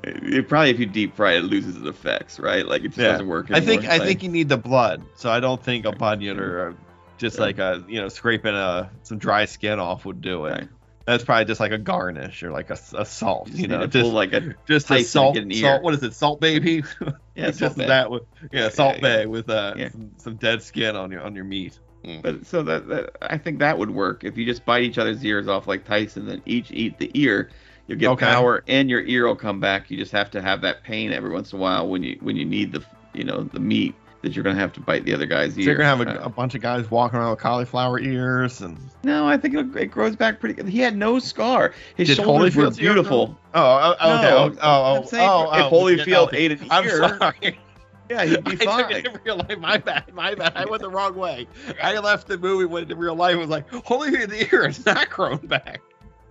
It probably if you deep fry it, it loses its effects, right? Like it just
Yeah.
doesn't work.
I think
anymore.
I
Like,
think you need the blood, so I don't think a bunion or a, just like a you know scraping a some dry skin off would do it.
Right.
That's probably just like a garnish or like a, a salt,
you,
you,
just
know,
need to
just
pull
<laughs>
like a
just a
Tyson,
salt,
get an ear.
salt. What is it? Salt baby. <laughs>
yeah,
just
something.
that with yeah, salt
yeah.
bay with uh
Yeah.
some, some dead skin on your on your meat.
But so that, that I think that would work if you just bite each other's ears off like Tyson, then each eat the ear. You'll get
Okay.
power, and your ear will come back. You just have to have that pain every once in a while when you when you need the you know the meat that you're gonna have to bite the other guy's ear.
So you're gonna have a,
Uh,
a bunch of guys walking around with cauliflower ears and
no, I think it, it grows back pretty. He had no scar. His
Did
shoulders were
Holyfield's ear
beautiful.
oh oh oh,
No,
okay, oh oh
I'm
oh,
saying
oh,
if
oh,
Holyfield
okay.
ate an ear,
I'm sorry.
yeah, he'd
<laughs>
be
I
fine.
took it in real life. My bad. My bad. I went the wrong way. I left the movie when in real life it was like, holy the ear is not grown back.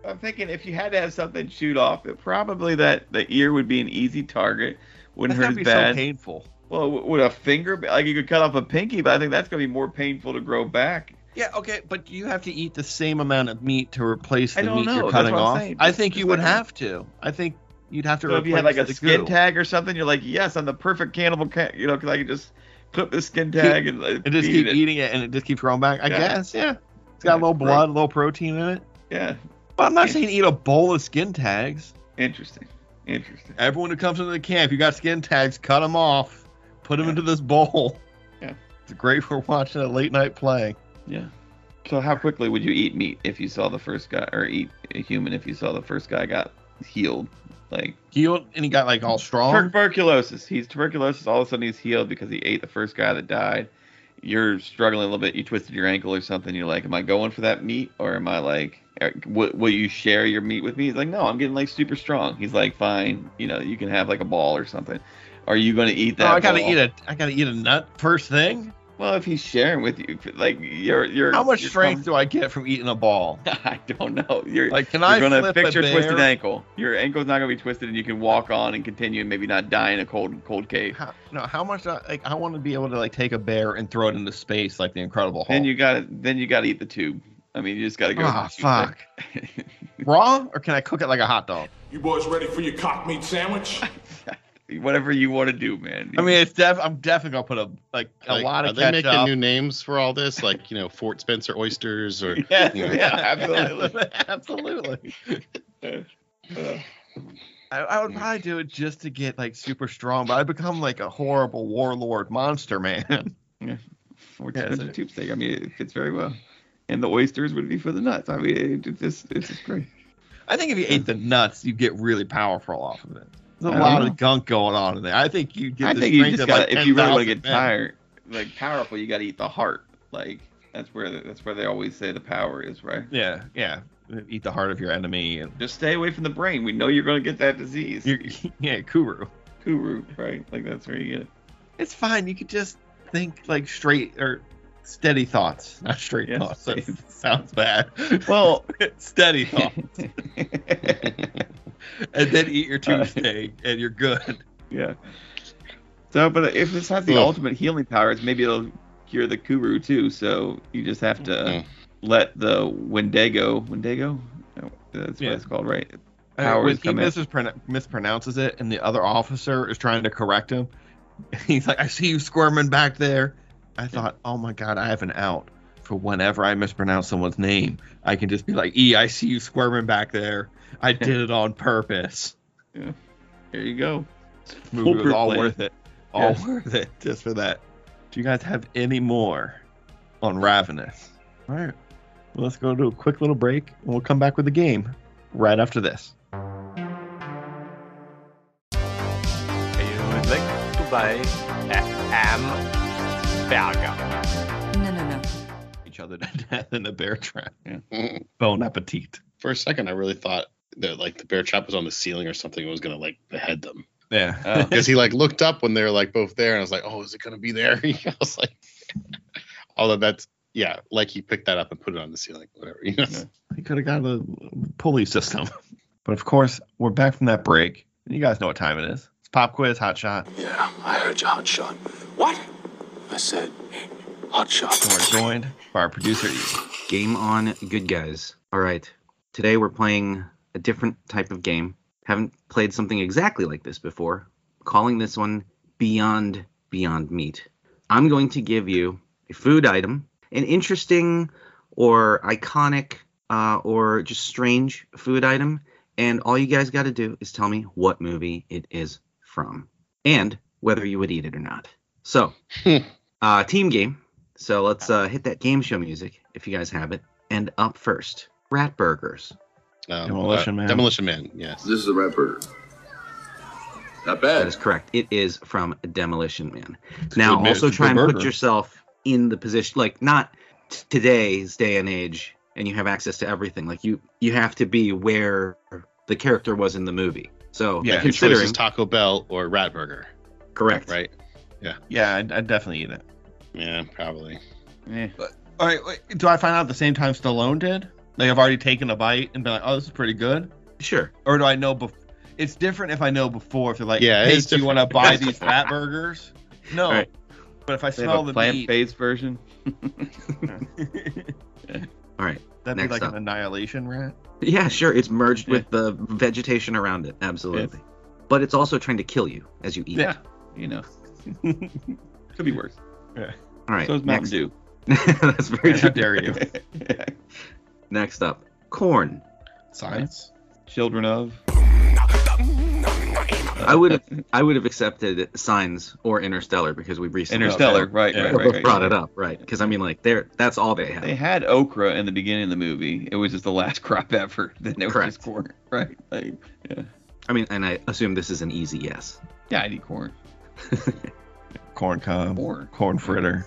I'm thinking if you had to have something shoot off, it probably that the ear would be an easy target. Wouldn't
That's
hurt
gotta be
as bad.
so painful.
Well, w- would a finger be, like you could cut off a pinky, but I think that's gonna be more painful to grow back.
Yeah, okay, but you have to eat the same amount of meat to replace
I
the
don't
meat
know,
you're
that's
cutting
what I'm
off.
saying,
I
but
think you
it's
would
like-
have to. I think you'd have to
So if
replace
you had like a
the
skin
goo.
tag or something, you're like, yes, I'm the perfect cannibal, ca-, you know, because I can just clip the skin tag and, like,
and just
eat
keep
it.
eating it and it just keeps growing back. I
Yeah.
guess, yeah. It's got a
Yeah,
little
right.
blood, a little protein in it.
Yeah,
But I'm not
Yeah.
saying eat a bowl of skin tags.
interesting, interesting.
Everyone who comes into the camp, you got skin tags, cut them off, put them
Yeah.
into this bowl.
Yeah.
It's great for watching a late night play.
Yeah. So how quickly would you eat meat if you saw the first guy, or eat a human if you saw the first guy got healed? Like
Healed, and he got like all strong.
tuberculosis. He's tuberculosis. All of a sudden, he's healed because he ate the first guy that died. You're struggling a little bit. You twisted your ankle or something. You're like, am I going for that meat or am I like, er, will, will you share your meat with me? He's like, no, I'm getting like super strong. He's like, fine, you know, you can have like a ball or something. Are you going to eat
Oh,
that?
I gotta
ball?
eat a, I gotta eat a nut first thing.
Well, if he's sharing with you, like you're, you're.
How much
you're
strength do I get from eating a ball?
com- <laughs> I don't know. You're.
Like, can I
you're gonna
flip
fix
a
your twisted
bear?
ankle. Your ankle's not gonna be twisted, and you can walk on and continue, and maybe not die in a cold, cold cave.
How, no, how much? do I, like, I want to be able to like take a bear and throw it into space like the Incredible Hulk.
Then you got to then you got to eat the tube. I mean, you just got to go. with
Ah,
the tube
fuck.
thing.
Raw, or can I cook it like a hot dog?
You boys ready for your cock meat sandwich?
<laughs> Whatever you want to do, man.
I mean, it's def. I'm definitely gonna put a like a
<laughs> Like,
lot
are
of
they
ketchup.
making new names for all this? Like you know, Fort Spencer oysters or
<laughs>
yes, <laughs> yeah, <laughs> absolutely.
absolutely.
Uh,
I, I would probably do it just to get like super strong, but I become like a horrible warlord monster man. <laughs>
Or
Yeah,
just
so-
a tube steak. I mean, it fits very well. And the oysters would be for the nuts. I mean, it, it just it's just great.
I think if you ate the nuts, you get really powerful off of it. There's
I
a lot
don't know.
of gunk going on in there. I think you get.
Um, I
the
think you
strength
just
of,
got
like,
to if you really want to
10,000
get
men.
tired, like powerful, you got to eat the heart. Like that's where the, that's where they always say the power is, right?
Yeah, yeah. Eat the heart of your enemy, and
Just stay away from the brain. We know you're going to get that disease.
you're, <laughs> yeah, Kuru.
Kuru, right? Like that's where you get it.
It's fine. You could just think like straight or steady thoughts, <laughs> not straight
Yes,
thoughts. That <laughs>
steady.
sounds bad.
Well,
<laughs> steady
<laughs>
thoughts, and then eat your Tuesday, and you're good.
Yeah. So, but if this has the
Ugh.
ultimate healing powers, maybe it'll cure the Kuru too. So you just have to
Mm.
Mm-hmm.
let the Wendigo, Wendigo, that's what
Yeah.
it's called, right? <laughs> powers
when he
come in.
mispron- mispronounces it, and the other officer is trying to correct him, <laughs> he's like, "I see you squirming back there." I thought, "Oh my god, I have an out for whenever I mispronounce someone's name. I can just be like, E, I see you squirming back there. I did it on purpose."
There you go.
Movie was
Fulcrum
all
play.
worth it. All
Yeah.
worth it just for that. Do you guys have any more on Ravenous? All right. Well, let's go to a quick little break, and we'll come back with the game right after this.
No, no, no.
each other to <laughs> death in a bear trap.
Mhm.
Bon appetit.
For a second, I really thought that like the bear trap was on the ceiling or something. It was gonna like behead them
Yeah. <laughs>
Oh.
because he like looked up when they were like both there, and I was like, oh, is it gonna be there? <laughs> I was like, although that's yeah, like he picked that up and put it on the ceiling, whatever. You know?
Yeah.
he could have got a pulley system. <laughs> But of course, we're back from that break. And you guys know what time it is. It's pop quiz, hot shot.
Yeah, I heard you, hot shot.
What?
I said, hot
And
shot.
we're joined by our producer Eve.
Game on, good guys. All right. Today we're playing a different type of game. Haven't played something exactly like this before. Calling this one Beyond Beyond Meat. I'm going to give you a food item, an interesting or iconic uh, or just strange food item, and all you guys got to do is tell me what movie it is from and whether you would eat it or not. So, uh, team game. So let's uh, hit that game show music if you guys have it. And up first, Rat Burgers.
Um,
Demolition
uh,
Man.
Demolition Man. Yes.
This is a red burger.
That
Not bad.
is correct. It is from Demolition Man. Now
good man.
also
It's a
try
good
and put
burger.
yourself in the position, like not t- today's day and age, and you have access to everything. Like you, you have to be where the character was in the movie. So
Yeah,
Your choice is
considering
Taco Bell or Ratburger,
correct,
right?
Yeah, I'd, I'd definitely eat it.
Yeah, probably.
Eh.
All right. Wait, do I find out at the same time Stallone did? Like I've already taken a bite and been like, oh, this is pretty good.
Sure.
Or do I know? Bef- it's different if I know before. If they're like,
Yeah, it
hey,
is
do you want to buy these fat burgers? No.
All right.
But if I
They
smell
have a
the
plant
meat,
based version.
All right.
that'd be
Next
like
up.
an annihilation rat.
Yeah, sure. It's merged with the vegetation around it. Absolutely. But it's also trying to kill you as you eat.
Yeah.
<laughs>
You know. Could be worse.
All right.
so is
next.
Mountain
<laughs> That's very
How
true.
dare you?
Dew.
Next up, corn.
Science.
<laughs> Children of.
I would have I would have accepted Signs or Interstellar because we recently
Interstellar, right,
Yeah.
right,
both
right, right.
brought it up, right? Because I mean, like, they're that's all they have.
They had okra in the beginning of the movie. It was just the last <laughs> crop ever. Then it was
Correct.
just corn, right? Like, yeah,
I mean, and I assume this is an easy yes.
yeah, I need corn.
Corn cob.
Corn.
Corn fritter.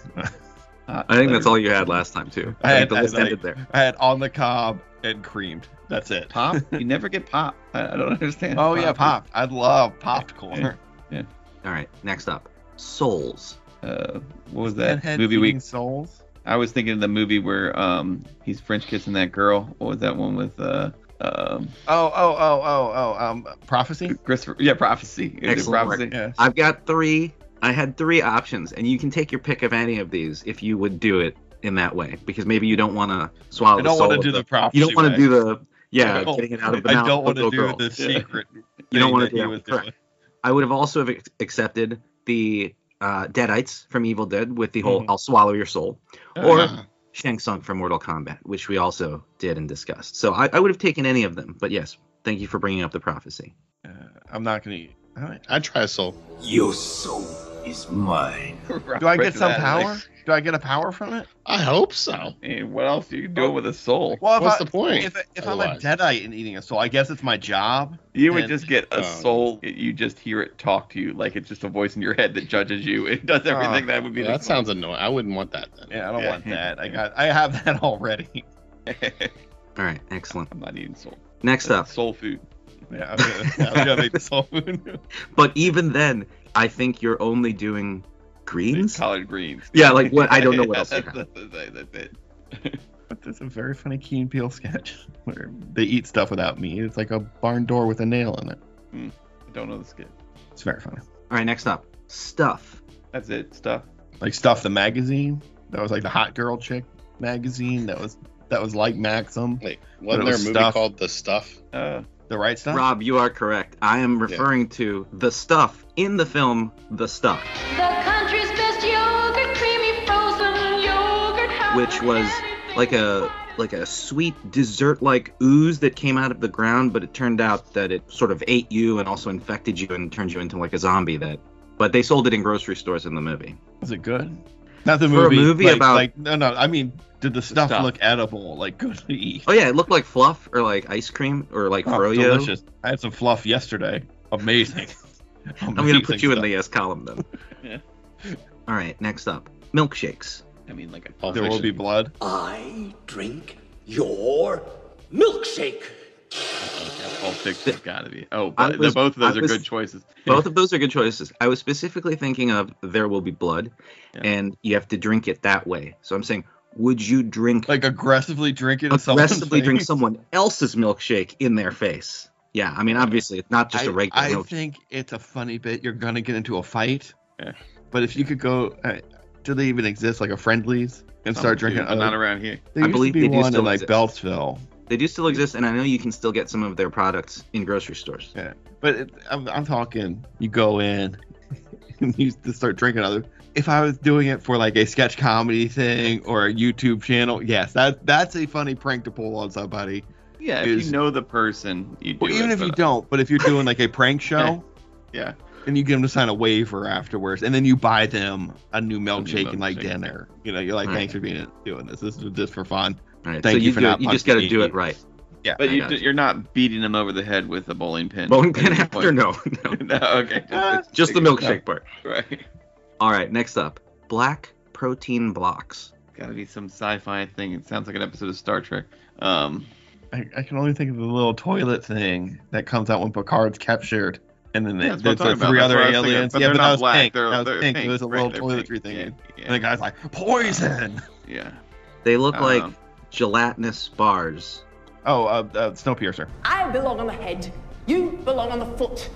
Hot
I think
butter.
that's all you had last time too.
I
I,
had-
think the
I
list
had,
ended there.
I had on the cob and creamed. That's it. <laughs>
Pop? You never get pop. I, I don't understand.
Oh yeah, popped. I love popped corn.
All right, next up, souls.
Uh, what was
That
that movie we?
souls.
I was thinking of the movie where um he's French kissing that girl. What was that one with uh um
Oh oh oh oh oh. Um, prophecy.
Christopher? Yeah, prophecy. Is it
Excellent work.
prophecy? <laughs>
Yes.
I've got three. I had three options, and you can take your pick of any of these if you would do it in that way, because maybe you don't want to swallow.
I
the
don't
soul
want to
of
do the prophecy.
You don't want to do the yeah,
I don't-
getting it out of the
I
mouth
don't
of
want to
little
do
girl.
the secret.
You don't want
thing that
to do
he was
that. Correct.
doing.
I would have also have ac- accepted the uh, Deadites from Evil Dead with the whole
Mhm.
"I'll swallow your soul,"
Oh,
or
yeah.
Shang Tsung from Mortal Kombat, which we also did and discussed. So I, I would have taken any of them. But yes, thank you for bringing up the prophecy.
Uh, I'm not gonna. Eat. All right.
I'd try a soul.
Your soul is mine.
Do I
Right
get
to
some
that,
power?
like,
Do I get a power from it?
I hope so.
man, what else are you doing with a soul?
Well, if
What's
I,
the point?
If, if I'm a
otherwise?
deadite and eating a soul, I guess it's my job.
You would
And-
just get a
Um,
soul. You just hear it talk to you like it's just a voice in your head that judges you. It
Ah,
does everything that would be.
Yeah, that sounds annoying. I wouldn't want that then.
Yeah, I don't
Yeah.
want that. I got. I have <laughs> that already.
All right, excellent.
I'm not eating soul.
Next up,
That's soul food.
Yeah, I'm gonna, <laughs> I'm gonna make the soul food.
but even then, I think you're only doing
It's
greens.
collard greens.
Yeah, like what? I don't know what
Yeah, <laughs>
else. you
that's-
have.
that's- that's- that's it.
But there's a very funny Key and Peele sketch <laughs> where they eat stuff without meat. It's like a barn door with a nail in it.
I don't know the skit.
It's very funny.
All right, next up, stuff.
That's it. Stuff.
Like stuff the magazine. That was like the hot girl chick magazine. That was that was like Maxim.
Wait,
But it
wasn't there a
was
movie
stuff.
called The Stuff?
Uh,
The right stuff?
Rob, you are correct. I am referring to the stuff in the film The Stuff,
The country's best yogurt, creamy frozen yogurt.
which was like a like a sweet dessert-like ooze that came out of the ground, but it turned out that it sort of ate you and also infected you and turned you into like a zombie that but they sold it in grocery stores in the movie.
Is it good? Not the
For a
movie.
movie
like-
about-
like no no. I mean, did the stuff,
stuff.
look edible? Like good to eat?
Oh yeah, it looked like fluff or like ice cream or like
Oh,
froyo.
delicious. I had some fluff yesterday. Amazing.
I'm gonna put you in the yes column
<laughs>
then. All right, next up, milkshakes.
I mean, like a
the. There will be blood.
I drink your milkshake.
All six has got to be. Oh,
I
but the,
was-
both of those
I
are
was-
good choices.
Both of those are good choices. I was specifically thinking of "There Will Be Blood," and you have to drink it that way. So I'm saying, would you drink
Like aggressively drink it. in someone's
aggressively drink
face?
someone else's milkshake in their face? Yeah, I mean, obviously it's not just a
I-
regular
I,
milkshake.
think it's a funny bit. You're gonna get into a fight, but if you could go, uh, do they even exist? Like a friendlies and
Some
start
do,
drinking. uh,
but Oh, not around here.
There
I
used
believe
to be
they do
one
still
in like
exist.
Beltsville,
They do still exist, and I know you can still get some of their products in grocery stores.
but it, I'm, I'm talking. You go in <laughs> and you just start drinking other. If I was doing it for like a sketch comedy thing or a YouTube channel, yes, that that's a funny prank to pull on somebody.
Yeah, if
is-
you know the person, you do
Well, even
it,
if you
but-
don't, but if you're doing like a <laughs> prank show.
Yeah.
and you get them to sign a waiver afterwards, and then you buy them a new milkshake and like
milkshake.
dinner. You know, you're like,
Right.
thanks for being doing this. This is just for fun.
All right,
Thank
so
you
you,
for
do
not
it, you just got to
punching
do
me.
it right.
Yeah,
But
I
you,
got
d- you're not beating them over the head with a bowling pin.
Bowling
at
pin
any
after?
point.
No,
<laughs> no,
no. <laughs>
okay.
Ah.
Just the milkshake part.
Right.
All right, next up, black protein blocks.
Gotta be some sci-fi thing. It sounds like an episode of Star Trek. Um,
I, I can only think of the little toilet thing that comes out when Picard's captured, and then they,
Yeah, that's what
there's
I'm
like
talking
three
about.
other aliens.
That's what I was thinking. But
yeah,
they're
but that
not
was
black.
pink.
They're-
that was
they're
pink. It
pink,
was a
right,
little
they're
toiletry
pink.
thing.
Yeah,
And the guy's like, poison.
yeah.
They look
Uh,
like gelatinous bars.
Oh, uh, uh, Snowpiercer.
I belong on the head. You belong on the foot.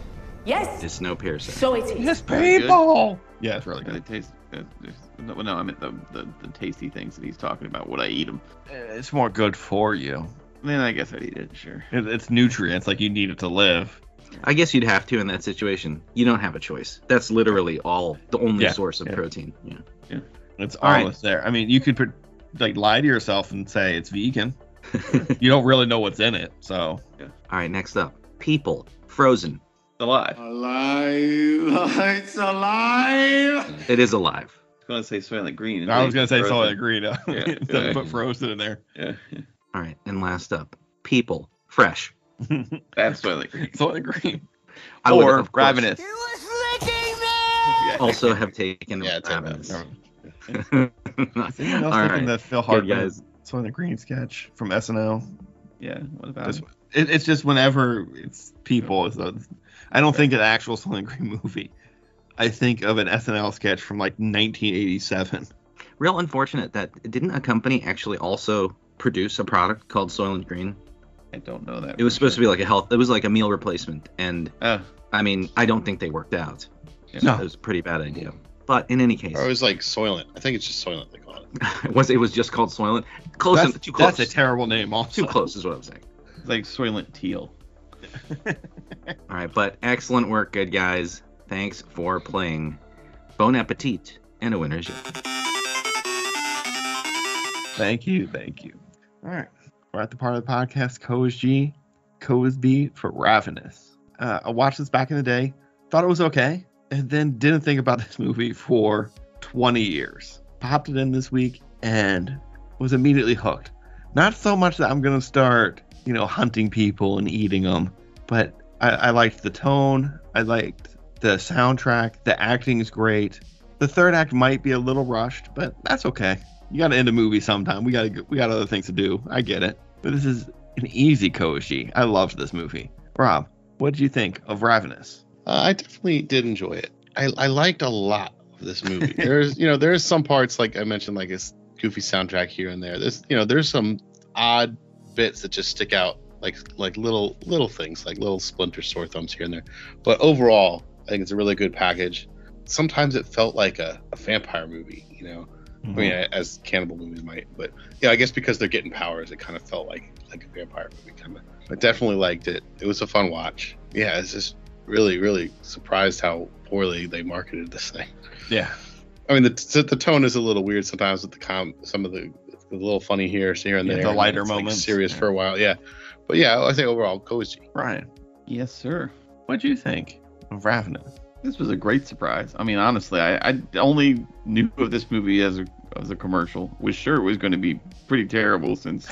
Yes,
It's no piercing.
so it is.
Yes,
Very good.
people. Yeah, it's really
Yeah,
good.
they taste. Uh, there's- no, no, I meant the, the the tasty things that he's talking about. Would I eat them?
It's more good for you.
Then I guess I'd eat it. Sure.
It, it's nutrients. Like you need it to live.
I guess you'd have to in that situation. You don't have a choice. That's literally all the only
Yeah,
source of
yeah.
protein. Yeah.
It's
All right.
almost there. I mean, you could put, like lie to yourself and say it's vegan. you don't really know what's in it, so
All right, next up, people frozen.
Alive. I
Alive. It's alive.
It is alive.
was gonna say Soylent Green. and
I
they
was gonna say so. I <laughs>
frozen.
agree. No.
Yeah.
Instead of put frozen in there.
Yeah.
All right, and last up, people fresh.
That's Soylent Green.
So I agree.
<laughs> I would,
or
of course,
ravenous.
was licking me!
Yeah.
Also
<laughs>
have taken
Yeah, it's
ravenous.
Ravenous.
All <laughs>
I was thinking
right.
that Phil
Good
Hartman
guys.
so in the green sketch from SNL.
Yeah. What about
That's-
it?
It, it's just whenever it's people. It's a, I don't think an actual Soylent Green movie. I think of an SNL sketch from like 1987.
Real unfortunate that didn't a company actually also produce a product called Soylent Green?
I don't know that.
It was supposed to be like a health. It was like a meal replacement, and
Oh.
I mean, I don't think they worked out.
Yeah.
No.
It was a pretty bad idea. But in any case,
Or it was like Soylent. I think it's just Soylent they call it.
<laughs> it was it was just called Soylent. Close,
that's,
en- too close.
that's a terrible name. Also,
too close is what I'm saying.
It's like Soylent Teal.
All right, but excellent work, good guys. Thanks for playing. Bon appetit and a winner's year.
Thank you. Thank you. All right. We're at the part of the podcast Co is G, Co is B for Ravenous. Uh, I watched this back in the day, thought it was okay, and then didn't think about <laughs> this movie for 20 years. Popped it in this week and was immediately hooked. Not so much that I'm going to start, you know, hunting people and eating them, but I, I liked the tone. I liked the soundtrack. The acting is great. The third act might be a little rushed, but that's okay you gotta end a movie sometime. We gotta we got other things to do. I get it, but this is an easy Koishi. I loved this movie. Rob, what did you think of Ravenous?
Uh, I definitely did enjoy it. I, I liked a lot of this movie. There's you know there's some parts like I mentioned like it's goofy soundtrack here and there. There's you know there's some odd bits that just stick out like like little little things like little splinter sore thumbs here and there. But overall, I think it's a really good package. Sometimes it felt like a, a vampire movie, you know.
Mm-hmm.
I mean, as cannibal movies might, but yeah, I guess because they're getting powers, it kind of felt like like a vampire movie kind of I definitely liked it. It was a fun watch. Yeah, it's just really, really surprised how poorly they marketed this thing.
Yeah.
I mean, the the tone is a little weird sometimes with the com some of the, the little funny here, here and
Yeah,
there.
the
and
lighter
it's, like,
moments,
serious
yeah.
for a while. Yeah, but yeah, I think overall cozy.
Brian. Yes, sir. What'd you think?
of Revenant.
This was a great surprise. I mean, honestly, I, I only knew of this movie as a as a commercial. Was sure it was going to be pretty terrible <laughs> since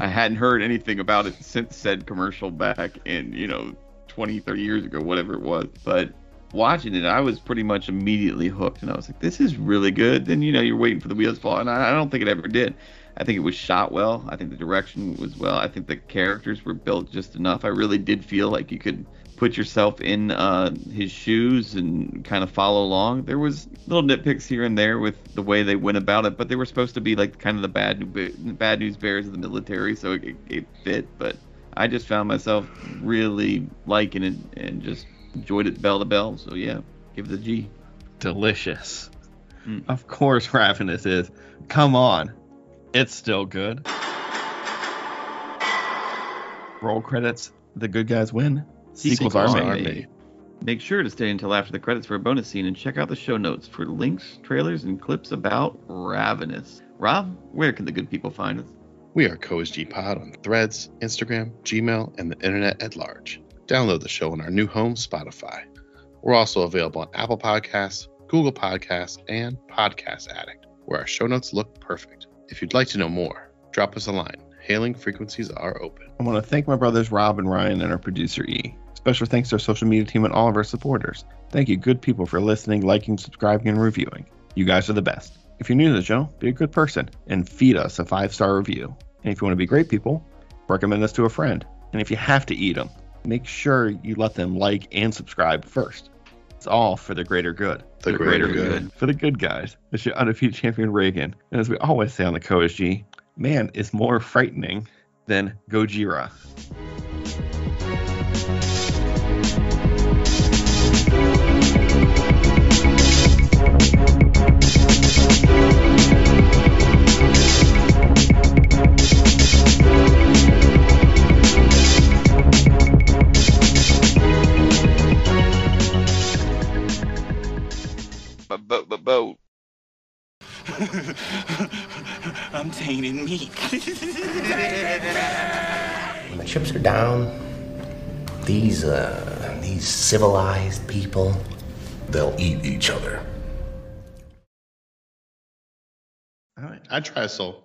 I hadn't heard anything about it since said commercial back in you know 20, 30 years ago, whatever it was. But watching it, I was pretty much immediately hooked, and I was like, this is really good. Then you know you're waiting for the wheels to fall, and I, I don't think it ever did. I think it was shot well. I think the direction was well. I think the characters were built just enough. I really did feel like you could put yourself in uh, his shoes and kind of follow along. There was little nitpicks here and there with the way they went about it, but they were supposed to be like kind of the bad bad news bears of the military, so it, it fit. But I just found myself really liking it and just enjoyed it bell to bell. So yeah, give it a G.
Delicious.
Mm.
Of course, Ravenous is. Come on. It's still good. Roll credits. The good guys win. Sequels, are made.
Make sure to stay until after the credits for a bonus scene and check out the show notes for links, trailers, and clips about Ravenous. Rob, where can the good people find us?
We are CoSG Pod on Threads, Instagram, Gmail, and the internet at large. Download the show on our new home, Spotify. We're also available on Apple Podcasts, Google Podcasts, and Podcast Addict, where our show notes look perfect. If you'd like to know more, drop us a line. Hailing frequencies are open.
I want to thank my brothers Rob and Ryan and our producer E. Special thanks to our social media team and all of our supporters. Thank you, good people, for listening, liking, subscribing, and reviewing. You guys are the best. If you're new to the show, be a good person and feed us a five star review. And if you want to be great people, recommend us to a friend. And if you have to eat them, make sure you let them like and subscribe first. It's all for the greater good.
The
For
greater good.
For the good guys. It's your undefeated champion, Reagan. And as we always say on the CoSG, man is more frightening than Gojira.
Boat, boat, boat.
I'm tainted meat.
When the ships are down, these uh, these civilized people, they'll eat each other.
I try soul.